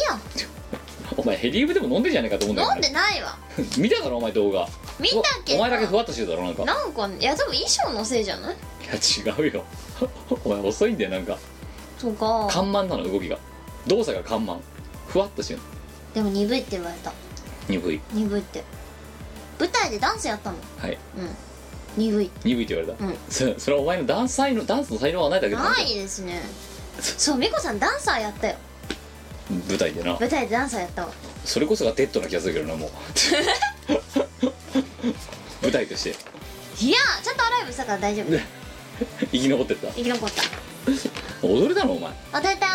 お前ヘリウムでも飲んでんじゃねえかと思うんだよ、ね、飲んでないわ見ただろお前動画見たけおど前だけふわっとしてるだろなんかいなんかねいや多分衣装のせいじゃないや違うよお前遅いんだよなんかとか緩慢なの動きが動作が緩慢ふわっとしてるでも鈍いって言われた鈍い鈍いって舞台でダンスやったのはい鈍い鈍いって言われた、うんそそれはお前のダンス才能ダンスの才能はないだけどなないですねそう美子さんダンサーやったよ舞台でな舞台でダンサーやったわそれこそがデッドな気がするけどなもう 舞台としていやちゃんとアライブしたから大丈夫生生き残ってったき残った踊れたのお前当たったよ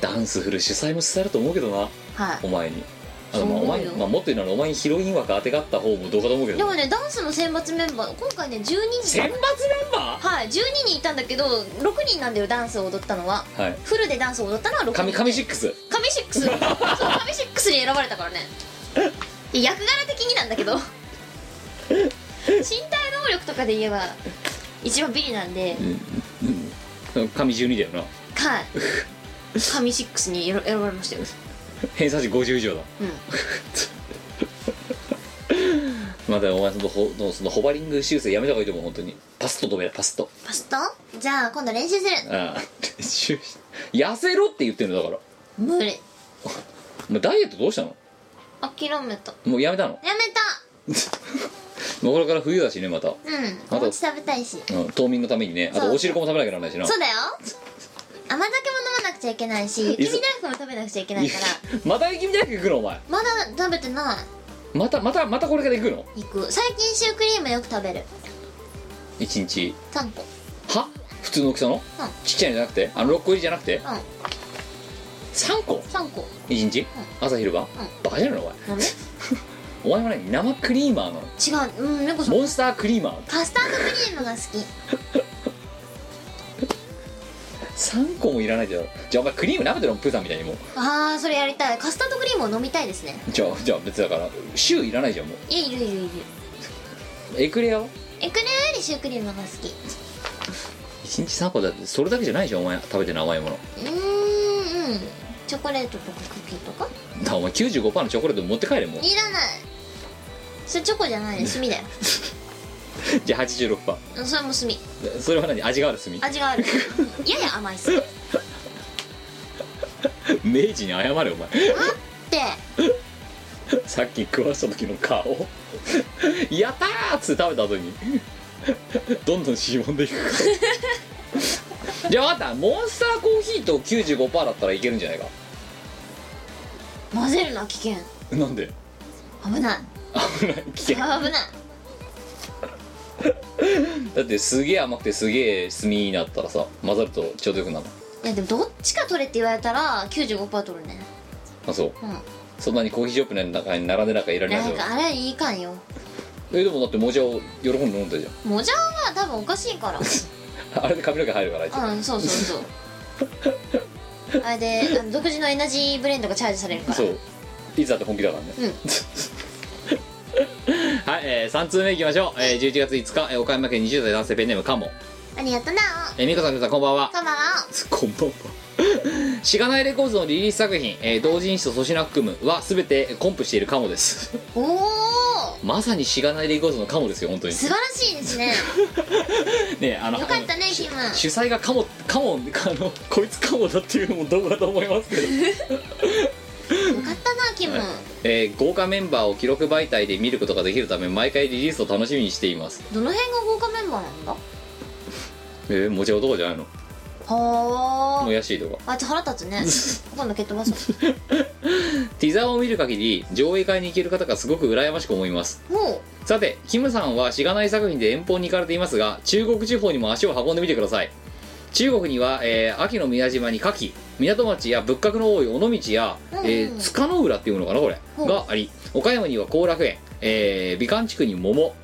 ダンス振る主催も伝えると思うけどなはお前にあそうの、まあ、お思う前、よまあ、もっと言うならお前にヒロイン枠当てがあった方もどうかと思うけどいでもねダンスの選抜メンバー今回ね12人選抜メンバはい12人いたんだけど6人なんだよダンスを踊ったのはーはいフルでダンスを踊ったのは6人神神シックス神シックスそう神シックスに選ばれたからねいや役柄的になんだけど身体能力とかで言えば一番ビリなんで神12だよなはい神シックスに選選ばれましたよ偏差値50以上だうん まあでもお前そのほそのホバリング修正やめた方がいいと思う本当にパスッと止めパスッとパスタじゃあ今度練習するああ 修正痩せろって言ってるのだから無理お前ダイエットどうしたの諦めたもうやめたのやめたまあこれから冬だしねまた、ううんお餅食べたいしん、冬眠のためにねあとお汁粉も食べなきゃならないしなそうだよ甘酒も飲まなくちゃいけないしいきびそだいふくも食べなくちゃいけないから また君だけ行くのお前まだ食べてなまたまたまたこれから行くのい行く最近シュークリームよく食べる一日3個は普通の大きさの、ちっちゃいのじゃなくてあの6個入りじゃなくて、三3個3個一日、朝昼晩、バカじゃないのお前飲むお前はね生クリーマーなの違ううん猫さんモンスタークリーマーカスタードクリームが好き3個もいらないじゃんじゃあお前クリーム舐めてるのプーさんみたいにもう ああそれやりたいカスタードクリームを飲みたいですねじゃあじゃあ別だから週いらないじゃんもういやいるいるいるエクレアはエクレアよりシュークリームが好き一日3個だってそれだけじゃないじゃんお前食べてる甘いものうーんうんチョコレートとかクッキーとかだからお前95%のチョコレート持って帰れもういらないそれチョコじゃないね炭だよじゃあ86%うんそれも炭それは何味がある炭味があるやや甘いっすって明治に謝れお前 さっき食わした時の顔 やったーっつって食べた後に どんどんしぼんでいく からじゃあ分かったモンスターコーヒーと95%だったらいけるんじゃないか混ぜるのは危険 なんで危ない危ない危険危ないだってすげえ甘くてすげえ炭になったらさ混ざるとちょうどよくなるいやでもどっちか取れって言われたら95%取るねあそう、うんそんなにコーヒーショップの中に並んでなんかいられないなじんゃんかあれいいかんよえでもだってもじゃを喜んで飲んだじもじゃは多分おかしいからゃんあれで 髪の毛入るからあいつうんそうそうそうあれであの独自のエナジーブレンドがチャージされるからそういつだって本気だからね、うん はい、えー、3通目いきましょう、えー、11月5日、えー岡山県20代男性ペンネームカモありがとうなえー、美香さん皆さんこんばんはこんばんは こんばんは しがないレコーズのリリース作品「えー同人誌と粗品含む」は全てコンプしているカモですおおまさにしがないレコーズのカモですよ本 当に素晴らしいですねねあのよかったねあのキム主催がカモカモあのこいつカモだっていうのもどうかと思いますけどよかったなキム えー豪華メンバーを記録媒体で見ることができるため毎回リリースを楽しみにしていますどの辺が豪華メンバーなんだえー、もちろん男じゃないのはもやしいとかああいつ腹立つ ねほとんど蹴っ飛ばそうティザーを見る限り上映会に行ける方がすごく羨ましく思いますもさてキムさんはしがない作品で遠方に行かれていますが中国地方にも足を運んでみてください中国には、えー秋の宮島に牡蠣港町や仏閣の多い尾道や、えーうん塚の浦っていうのかなこれ、うんがあり岡山には後楽園、えー美観地区に桃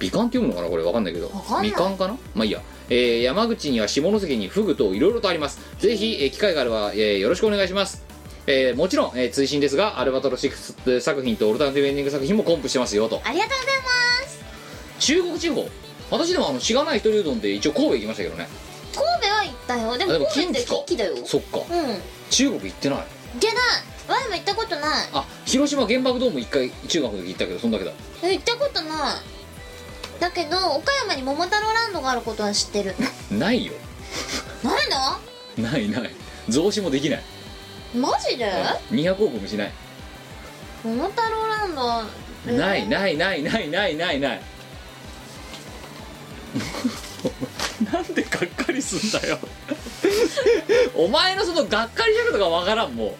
美観って読むのかなこれわかんないけどわかんないみかんかなまあいいや、えー山口には下関にフグといろいろとありますぜひ、えー機会があれば、えーよろしくお願いしますえーもちろん、えー追伸ですがアルバトロ6作品とオルタナティブエンディング作品もコンプしてますよとうありがとうございます中国地方私でもあのしがない一人うどんで一応神戸行きましたけどね神戸は行ったよであでもも神戸って近近畿畿だようんそっか中国行ってない行けないワイも行ったことないあ広島原爆ドーム一回中学の時行ったけどそんだけだえ行ったことないだけど岡山に桃太郎ランドがあることは知ってる ないよないのないない増資もできないマジで200億もしない桃太郎ランドないないないないないないない なんでがっかりすんだよ お前のそのがっかりしたことがわからんも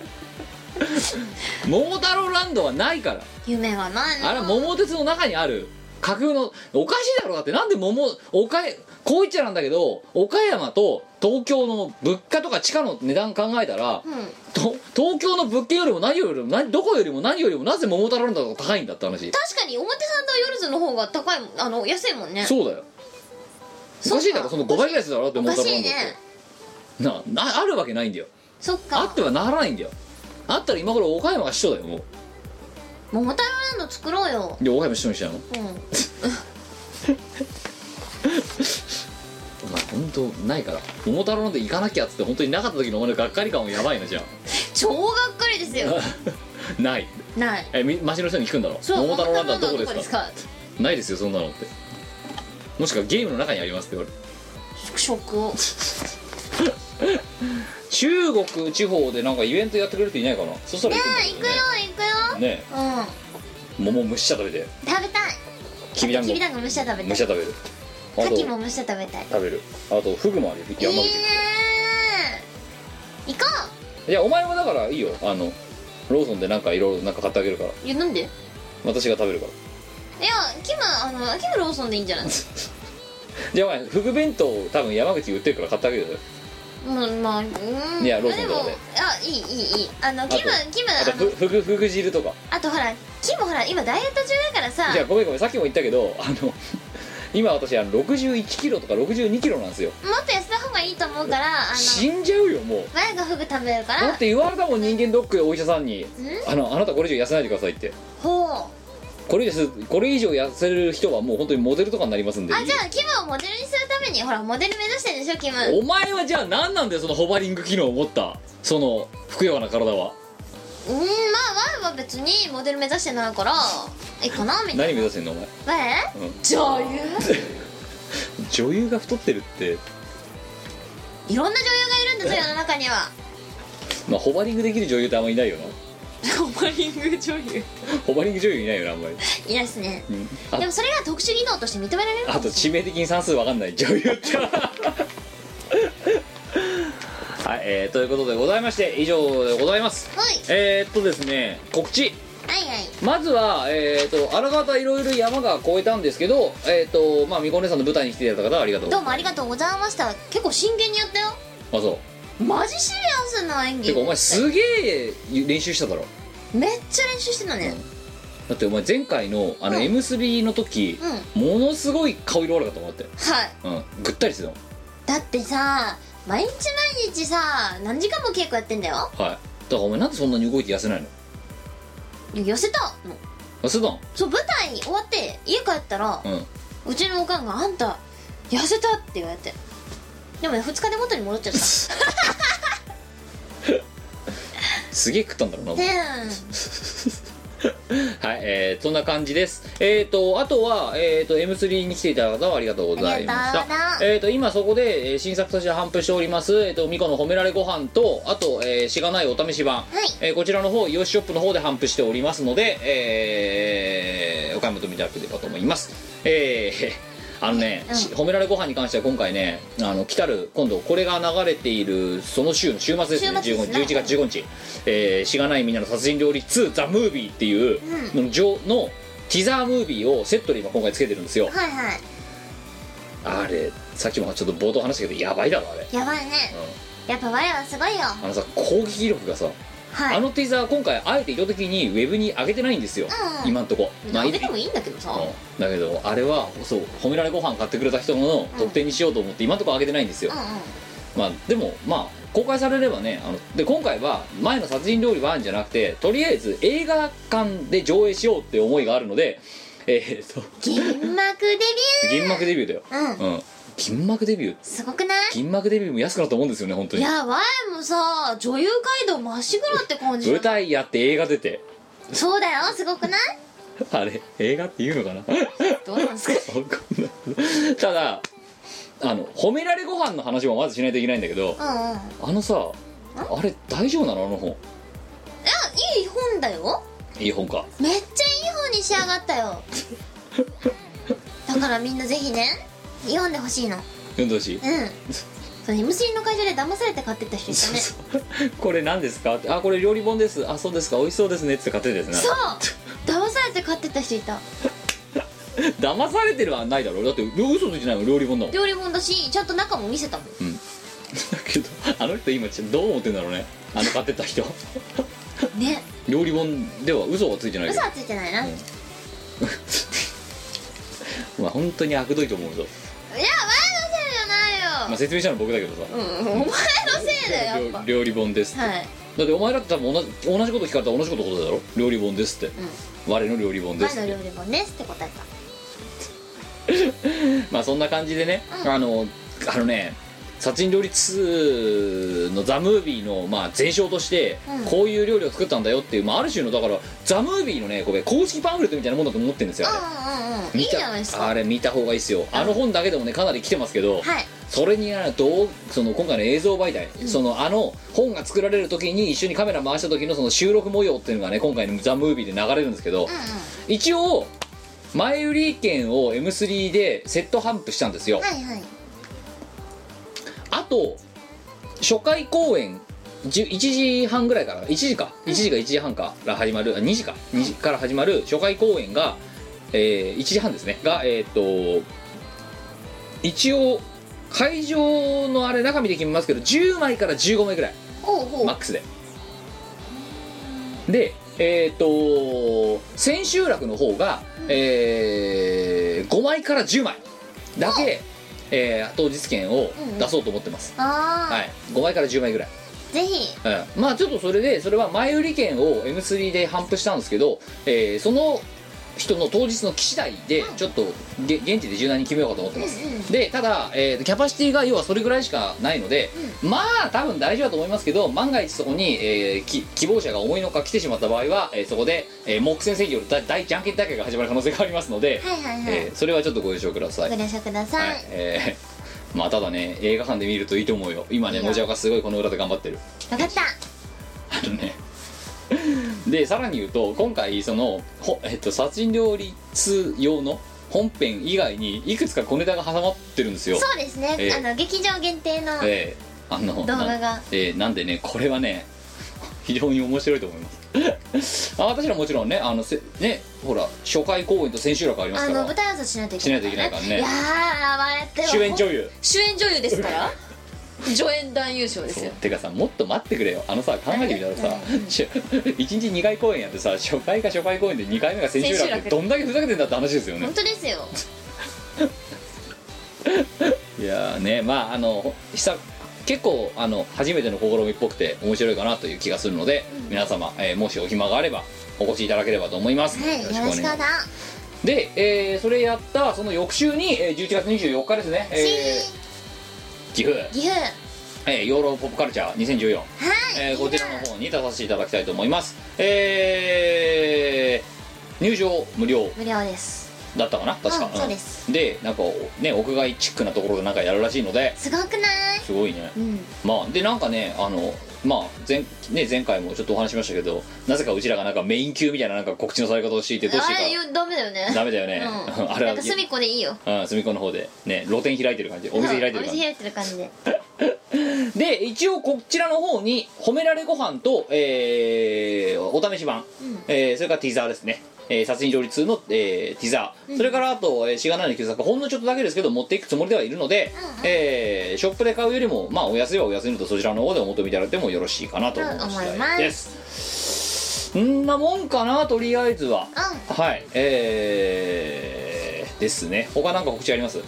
う桃太郎ランドはないから夢がないのあれは桃鉄の中にある架空のおかしいだろだってなんで桃岡こう言っちゃなんだけど岡山と東京の物価とか地価の値段考えたら、うんと東京の物件よりも何よりも何どこよりも何よりもなぜ桃太郎の方が高いんだって話確かに表参道夜ズの方が高いもんあの安いもんねそうだよおそっかかしいだろその5倍ぐらいするだろだってお桃か太し郎いなんだっねて、ななあるわけないんだよそっあかってはならないんだよあったら今頃岡山が市長だよも桃太郎ランド作ろうようで岡山市長にしたのうんお前本当ないから桃太郎なんて行かなきゃっつって本当になかった時のお前のがっかり感もやばいなじゃ超がっかりです よあないないえみ町の人に聞くんだろそう桃太郎ランドはどこ桃で太郎ランドはすかないですよそんなのってもしくはゲームの中にありますって言われる食を中国地方でなんかイベントやってくれる人いないかなそしたら行くんだ行くよ行くよよねうんえ桃むっしゃ食べて食べたいきびだんきごびだんご蒸しで食べたむいしゃ食べるあ牡蠣とも蒸しで食べたい食べるあとフグもあるよいい山ね口ー行こいやお前もだからいいよあのローソンでなんかいろいろなんか買ってあげるからいやなんでいや私が食べるからキムあのキムローソンでいいんじゃないじゃあお前フグ弁当多分山口売ってるから買ってあげるようんまあうんいやローソンとかでもあいいいいいいあのとキムキムあとあフのフグフグ汁とかあとほらキムほら今ダイエット中だからさ じゃあごめんごめんさっきも言ったけどあの 今私あの61キロとか62キロなんですよもっと痩せた方がいいと思うからあ死んじゃうよもうう前がフグ食べるからだって言われたもん人間ドックでお医者さんに「あのあなたこれ以上痩せないでください」ってほこれ以上すこれ以上痩せる人はもう本当にモデルとかになりますんでうあじゃあキムをモデルにするためにほらモデル目指してるでしょキムお前はじゃあ何なんだよそのホバリング機能を持ったそのふくよかな体はうんまあワイは別にモデル目指してないからいいかなみたい何目指してんのお前なワイ女 優女優が太ってるっていろんな女優がいるんだぞ世の中にはまあホバリングできる女優ってあんまりいないよな ホバリング女優ホバリング女優いないよなあんまり、いいですねうんであもそれが特殊技能として認められるあと致命的に算数わかんない女優ってはい、えー、ということでございまして以上でございますはいえー、っとですね告知はいはいまずは、えー、と荒方いろいろ山が越えたんですけど、えーとまあ、みこねさんの舞台に来ていただいた方ありがとうどうもありがとうございました結構真剣にやったよあそマジシリアスな演う技てかお前すげえ練習しただろめっちゃ練習してたねだってお前前回のあのうん M3 の時う、んものすごい顔色悪かったもんだって、はいうん、ぐったりしてたもだってさ毎日毎日さ何時間も稽古やってんだよんはいだからお前なんでそんなに動いて痩せないのいや痩せたの痩せたんそう舞台終わって家帰ったらうんうちのおかんが「あんた痩せた」って言われてでもね2日で元に戻っちゃった すげえ食ったんだろうなお前ねはい、えー、そんな感じです。えっ、ー、と、あとは、えっ、ー、と、M3 に来ていただいた方はありがとうございましありがとうございまた。すえっ、ー、と、今そこで、えー新作として販布しております、えっ、と、ミコの褒められご飯と、あと、えーしがないお試し版、えーこちらの方、イオシショップの方で販布しておりますので、えー、お買い求めいただければと思います。えー あのね、し褒められご飯に関しては今回ね、あの、来たる、今度、これが流れている、その週の週末ですね、週末ですね15 11月15日、えー、しがないみんなの殺人料理2ザ・ムービーっていうの上のティザームービーをセットで今今回つけてるんですよえはいはいあれさっきもちょっと冒頭話したけどやばいだろあれ、やばいねうやっぱ我はすごいよん、あのさ攻撃力がさ、はいあのティザー今回あえて意図的にウェブに上げてないんですよ、うん今んとこまあい何でもいいんだけどさうんだけどあれはそう褒められご飯買ってくれた人の特典にしようと思って今んとこ上げてないんですよ、うんうんまあでもまあ公開されればねあので今回は前の殺人料理はあるんじゃなくてとりあえず映画館で上映しようって思いがあるのでえー、っと銀幕デビ銀幕デビューだよ、ューうんうん、銀幕デビューすごくない銀幕デビューも安くなったもんですよね本当いにやわいもさ女優街道まっしぐらって感じ舞台やって映画出てそうだよすごくないあれ映画って言うのかなどうなんですかわかんないただあの褒められご飯の話もまずしないといけないんだけどうんうんあのさあれ大丈夫なのあの本いい本だよいい本かめっちゃいい本に仕上がった よだからみんなぜひね読んでほしいのうん読んでほしいその MC の会社で騙されて買ってった人いたねそう これ何ですかってあこれ料理本ですあそうですか美味しそうですねって買ってですね騙されて買ってった人いた騙されてるはないだろだって嘘ついてないもん料理本だもんだ料理本だしちゃんと中も見せたもんけどあの人今ちょどう思ってんだろうねあの買ってた人ね料理本では嘘はついてないよ嘘はついてないな、うんいやまあ本当に悪どいと思うぞ、前のせいじゃまなあ、いよ説明したの僕だけどさ、うん、お前のせいだよやっぱ料理本ですって、はいだってお前だって多分同じ同じこと聞かれたら同じこと答えだろ料理本ですって、我の料理本で前すっのて料理本ですって答えたまあそんな感じでね、あのあのね殺人料理2のザ・ムービーの、まあ、前哨としてうんこういう料理を作ったんだよっていう、まあ、ある種のだからザ・ムービーのねこれ公式パンフレットみたいなもんだと思ってるんですよあれうんうんうんい見いじたゃないですかあはいれ見た方がいいですよあの本だけでもねかなり来てますけど、それにあのどうその今回の映像媒体、そのあの本が作られる時に一緒にカメラ回した時のその収録模様っていうのがね今回の「ザ・ムービーで流れるんですけど、うんうん一応前売り券を M3 でセット販布したんですよ、はいはいあと初回公演じゅ1時半ぐらいから1時か1時か1時半から始まるあ2時か2時から始まる初回公演が、えー1時半ですねがえーっと一応会場のあれ中身で決めますけど10枚から15枚ぐらいおうほうマックスででえっ、と千秋楽の方が、え5枚から10枚だけ、えー当日券を出そうと思ってます、ああ、はい5枚から10枚ぐらい、ぜひうん、まあちょっとそれでそれは前売り券を M3 で頒布したんですけど、えーその人の当日の期次第でちょっとげ現地で柔軟に決めようかと思ってます、でただ、えーキャパシティが要はそれぐらいしかないので、まあ多分大丈夫だと思いますけど万が一そこに、えーき希望者が思いのほか来てしまった場合は、えーそこで、えー、木戦制御の大大じゃんけん大会が始まる可能性がありますので、はいはいはい、えーそれはちょっとご了承くださいご了承ください、はいえー まあただね映画館で見るといいと思うよ今ねいやもじゃおかすごいこの裏で頑張ってるわかったあのねでさらに言うと今回そのほ、えっと、殺人料理通用の本編以外にいくつか小ネタが挟まってるんですよそうですね、ええあの劇場限定のええあの動画ながんええなんでねこれはね 非常に面白いと思います あ私らもちろんねあのせねほら初回公演と千秋楽ありまあすかのら舞台挨拶しないといけしなないいといけないからねいやー笑って主演女優主演女優ですから 助演男優賞ですそうよてかさもっと待ってくれよあのさ考えてみたらさしゅ 一日2回公演やってさ初回か初回公演で2回目が千秋千秋楽っ楽てどんだけふざけてんだって話ですよね本当ですよいやーねまああの久結構あの初めての試みっぽくて面白いかなという気がするので、皆様、えーもしお暇があればお越しいただければと思います、はいよろしくまだすで、えーそれやったその翌週に、えー11月24日ですね、えしー岐阜、岐阜えーヨーロポップカルチャー2014、はい、えーいいなこちらの方に出させていただきたいと思いますえー入場無料無料ですだったかな確か、うんそうですでなんかね屋外チックなところでなんかやるらしいのですごくないすごいねうんまあでなんかねあのまあ前,、ね、前回もちょっとお話ししましたけどなぜかうちらがなんかメイン級みたいななんか告知のされ方をしていてどうしあれていいよダメだよねかダメだよね、う ん、あれなはんか隅っこでいいようん、隅っこの方でね露店開いてる感じお店開いてるうんお感店じ開いてる感じでで一応こちらの方に褒められご飯と、えーお試し版、えーそれからティザーですね、えー殺人料理2の、えーティザー、それからあと、えー、しがないの旧作ほんのちょっとだけですけど持っていくつもりではいるので、えーショップで買うよりもまあお安いはお安いのとそちらの方でお求めいただいてもよろしいかなと思います,、うん思いますですそんなもんかなとりあえずは、はいえーですね他なんか告知あります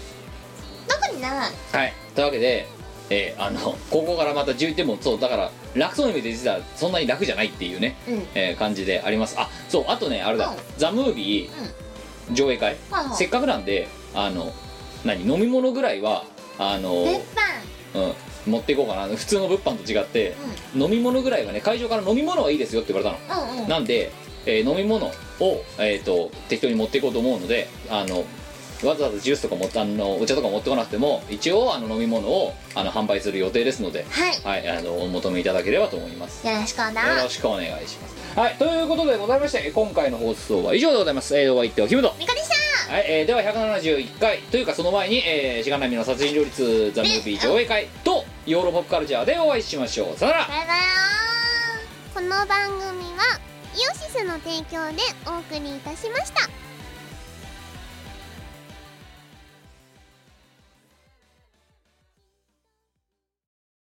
特にないはい、というわけで、えーあのここからまた11点もそうだから楽そうに見えて実はそんなに楽じゃないっていうね、うんえー感じでありますあそうあとねあれだ「うんザ・ムービー上映会、はいはいせっかくなんであの何飲み物ぐらいはあの、物販うん、持っていこうかな普通の物販と違って、飲み物ぐらいはね会場から飲み物はいいですよって言われたのうんうんなんで、えー飲み物を、えー、と適当に持っていこうと思うのであのわざわざジュースとかもあのお茶とか持ってこなくても一応あの飲み物をあの販売する予定ですので、はいはい、あのお求めいただければと思いますよろしくなよろしくお願いしますはいということでございまして今回の放送は以上でございます、えー、お相手はキムトみこでしはい、えーでは171回というかその前に「しがなみの殺人料理2ザ・ムービー上映会」と「ヨーロポップカルチャー」でお会いしましょうさよならたバイバイこの番組はイオシスの提供でお送りいたしました